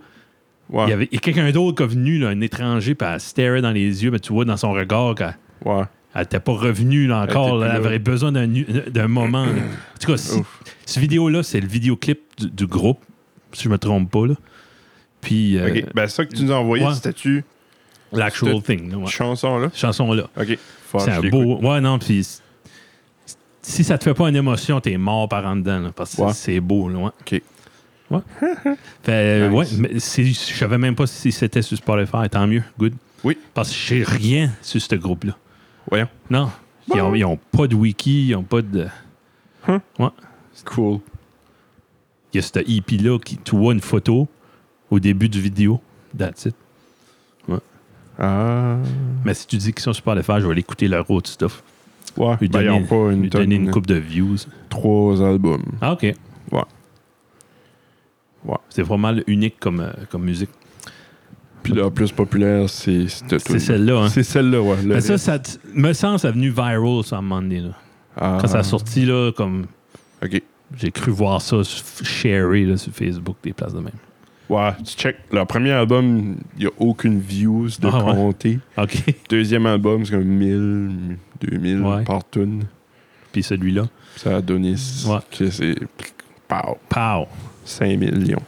Ouais.
il y avait il y a quelqu'un d'autre qui est venu, là, un étranger, puis elle starait dans les yeux, mais tu vois dans son regard qu'elle
Ouais.
elle était pas revenue là,
Elle était plus
encore, là, elle
là.
avait besoin d'un d'un moment. là. En tout cas, si-
Ouf.
ce vidéo-là, c'est le vidéoclip du, du groupe, si je me trompe pas. Là. Puis euh,
OK. Ben, ça que tu nous as envoyé,
ouais.
c'était-tu
l'actual
c'est-
thing, là, ouais.
chanson-là?
chanson-là.
OK. Faut que
C'est
je
un
l'écoute.
beau. Ouais, non, puis c- si ça te fait pas une émotion, t'es mort par en dedans, là, parce que
Ouais.
c'est beau, là, ouais.
OK.
Ouais. Fait, euh,
Nice.
ouais, mais c'est- je savais même pas si c'était sur Spotify, tant mieux, good.
Oui.
Parce que j'ai rien sur ce groupe-là.
Voyons.
Non. Ils ont, ils ont pas de wiki, ils ont pas de.
Cool.
Il y a ce hippie-là qui, tu vois une photo au début du vidéo, that's
Mm-hmm.
it.
Ah.
Mais si tu dis qu'ils sont sur Spotify, je vais aller écouter leur autre stuff.
Ouais.
Lui
Ben, ils ont
donner-
pas une
Lui donner
tonne, euh,
une coupe de views.
trois albums.
Ah, OK.
Ouais. Ouais.
C'est vraiment unique comme, euh, comme musique.
Puis la plus populaire, c'est cette
C'est
tune.
celle-là. Hein.
C'est celle-là, ouais. Le
Mais ça,
reste-
ça t- me semble ça a venu viral, ça, à un moment donné. là.
Ah.
Quand ça a sorti, là, comme
OK.
j'ai cru voir ça sur f- sharé là, sur Facebook, des places de même.
Ouais, tu check. Leur premier album, il n'y a aucune views de
Ah, ouais.
compter.
OK.
Deuxième album, c'est comme 1000, 2000
Ouais.
par tune.
Puis celui-là,
Ça a donné c-
Ouais.
que c'est pow,
pow.
5 millions.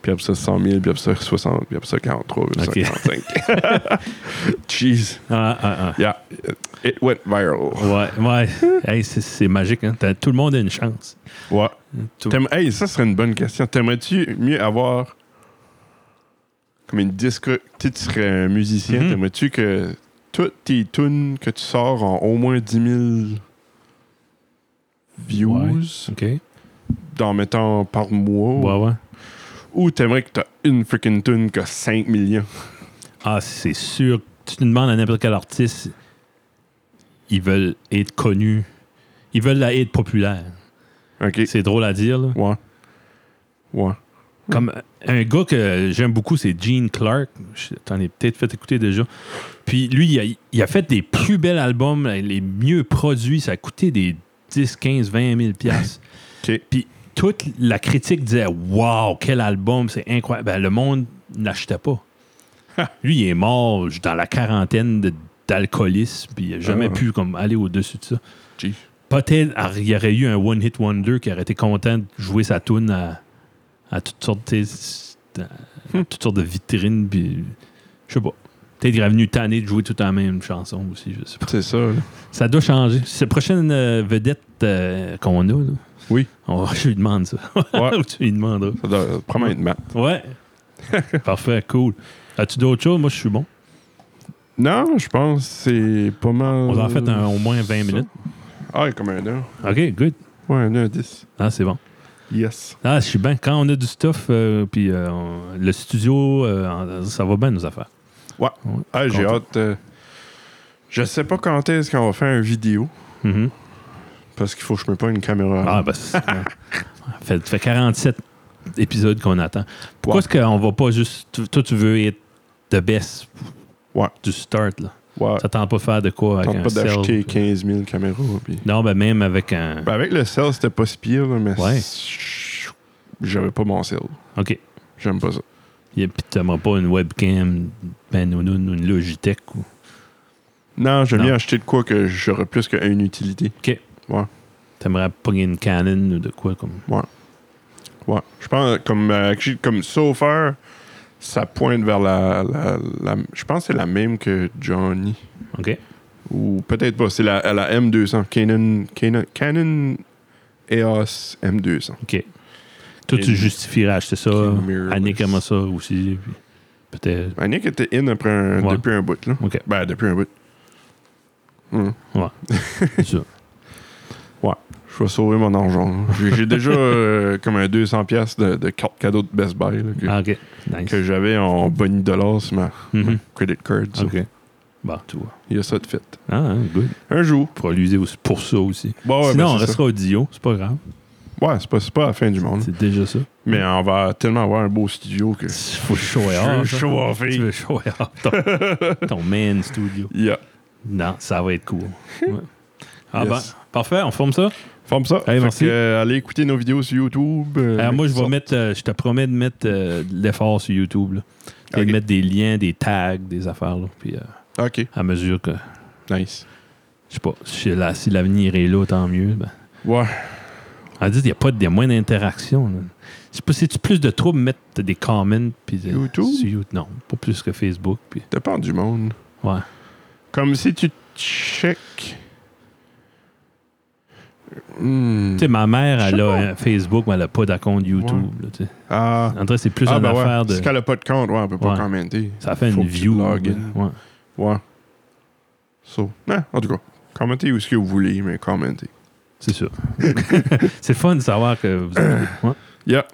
Puis après ça, 100 000, puis après ça, 60, puis après ça, 43, puis après ça, 45. Jeez.
Ah, ah, ah.
Yeah, it went viral.
Ouais, ouais. Hey, c'est- c'est magique. Hein. T'as- Tout le monde a une chance.
Ouais.
Tout-
T'aimes- Hey, ça serait une bonne question. T'aimerais-tu mieux avoir comme une disque. Tu sais, tu serais un musicien,
Mhm.
t'aimerais-tu que toutes tes tunes que tu sors en au moins 10 000 views,
OK. Ouais,
dans mettons par mois,
ouais.
ou t'aimerais que t'as une freaking tune que 5 millions?
Ah, c'est sûr. Tu te demandes à n'importe quel artiste, ils veulent être connus. Ils veulent la- être populaire.
Ok.
C'est drôle à dire. là.
Ouais. Ouais.
Comme un gars que j'aime beaucoup, c'est Gene Clark. Je t'en ai peut-être fait écouter déjà. Puis lui, il a, il a fait des plus bels albums, les mieux produits. Ça a coûté des 10, 15, 20 000 piastres.
OK.
Puis toute la critique disait Waouh, quel album, c'est incroyable. Ben, le monde n'achetait pas. Lui, il est mort je- dans la quarantaine de- d'alcoolisme, puis il n'a jamais
Ah.
pu comme, aller au-dessus de ça.
Gee.
Peut-être ar- il y aurait eu un One Hit Wonder qui aurait été content de jouer sa tune à, à toutes sortes de, à- à toutes sortes de vitrines, puis je sais pas. Peut-être qu'il est venu tanner de jouer tout la même chanson aussi, je sais pas.
C'est ça. là.
Ça doit changer. C'est la prochaine euh, vedette euh, qu'on a, là.
Oui.
On va- je lui demande ça.
Ouais.
Ou tu lui demanderas.
Ça doit probablement être Matt.
Ouais. Parfait, cool. As-tu d'autres choses? Moi, je suis bon.
Non, je pense que c'est pas mal.
On en fait un- au moins 20 minutes.
Ah, comme un heure.
OK, good.
Ouais, un heure 10.
Ah, c'est bon.
Yes.
Ah, je suis bien. Quand on a du stuff, euh, puis euh, on- le studio, euh, en- ça va bien nos affaires.
Ouais. Ah, j'ai
Content.
hâte. euh, je sais pas quand est-ce qu'on va faire une vidéo
Mhm.
parce qu'il faut que je me pas une caméra.
Ah, ben, Ah, c'est- Fait, ça fait 47 épisodes qu'on attend. Pourquoi est-ce qu'on va pas juste. tu- Toi, tu veux être the best
Ouais.
du start, là?
Ouais.
T'attends pas faire de quoi avec
Tente
un
pas d'acheter
cell.
15 000 caméras. puis-
Non, ben même avec un.
Ben, avec le sel, c'était pas si pire, là, mais
Ouais.
c- j'avais pas mon sel.
OK.
J'aime pas ça.
Et puis, t'aimerais pas une webcam, ben, ou une, une Logitech. Ou...
Non, j'aime
Non.
bien acheter de quoi que j'aurais plus qu'une utilité.
T'aimerais pogner une Canon ou de quoi comme.
Ouais. Je pense comme euh, que j'ai- comme Sofer, ça pointe vers la, la, la- je pense que c'est la même que Johnny
OK.
ou peut-être pas, c'est la, la M200 Canon Canon Canon EOS M200.
OK. Toi,
Et-
tu justifierais acheter ça.
King mirrorless.
Annie comme ça aussi. puis Peut-être.
Annick était in après un-
Ouais.
depuis un bout là.
OK.
Ben depuis un bout. Hum.
c'est ça.
Je vais sauver mon argent. J'ai j'ai déjà euh, comme un 200 pièces de, de carte cadeau de Best Buy là, que,
Ah, OK. Nice.
que j'avais en bonnie dollars sur ma
Mhm.
credit card. ça.
OK. Bon, tu vois.
Il y a ça de fait.
Ah, hein, good.
Un jour.
Pour l'user aussi- pour ça aussi.
Bon, ouais,
Sinon,
ben,
on
c'est ça.
restera audio. C'est pas grave.
Ouais, c'est pas, c'est pas la fin du monde.
C'est déjà ça.
Mais on va tellement avoir un beau studio que.
Faut show
Je
off.
veux show off,
Tu
eh.
veux show off ton, ton man studio.
Yeah.
Non, ça va être cool. Ouais. Ah
Yes.
ben, parfait, on forme ça.
Forme ça.
Allez, merci.
que, euh, allez écouter nos vidéos sur YouTube. euh,
Alors, moi, je vais
ça.
mettre, euh, je te promets de mettre euh, de l'effort sur YouTube. Là. Tu sais,
Ok.
de mettre des liens, des tags, des affaires. là. Puis euh,
Ok,
à mesure que,
nice.
je sais pas, si la- si l'avenir est là, tant mieux. Ben.
Ouais.
On dit qu'il n'y a pas de, il y a moins d'interaction. là. C'est pas- C'est-tu plus de trouble mettre des comments puis de-
YouTube?
sur YouTube? Non, pas plus que Facebook. Puis,
Dépend du monde.
ouais.
Comme si tu check. Hmm.
Tu sais, ma mère,
Mm. Je sais
elle a
pas.
un Facebook, mais elle n'a pas d'account YouTube. là, tu sais.
Ah,
En tout cas, c'est plus
ah,
une
ben
affaire
ouais.
de.
Si qu'elle a pas de compte, ouais, on peut pas
Ouais.
commenter.
Ça fait
Faut
une
que tu
view.
logues
là.
in.
Ouais.
Ouais. So. Ah, en tout cas, commentez où ce que vous voulez, mais commentez.
C'est sûr. c'est fun de savoir que vous avez... Ouais.
Yeah.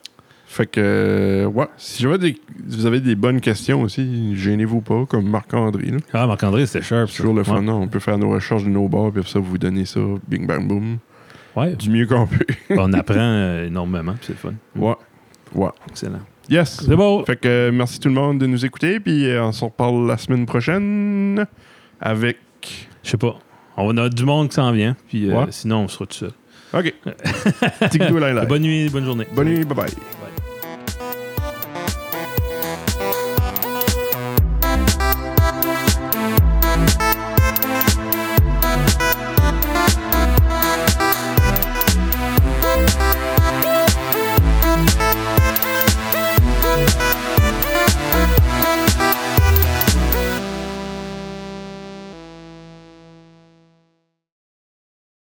Fait que, euh, ouais. Si jamais des- vous avez des bonnes questions aussi, gênez-vous pas, comme Marc-André. là.
Ah, Marc-André, c'était sharp.
C'est
ça.
toujours le fun.
Ouais.
non? On peut faire nos recherches de nos bars, puis après ça, vous donnez ça, bing bang boom,
Ouais.
du mieux qu'on peut.
On apprend euh, énormément, puis c'est le fun.
Ouais.
Excellent.
Yes.
C'est bon.
Fait que, euh, merci tout le monde de nous écouter, puis euh, on se reparle la semaine prochaine avec.
Je sais pas. On a du monde qui s'en vient, puis euh,
Ouais.
sinon, on sera tout seul.
Ok. Tiki-tou, lai, lai.
Bonne nuit, bonne journée.
Bonne nuit, bye bye.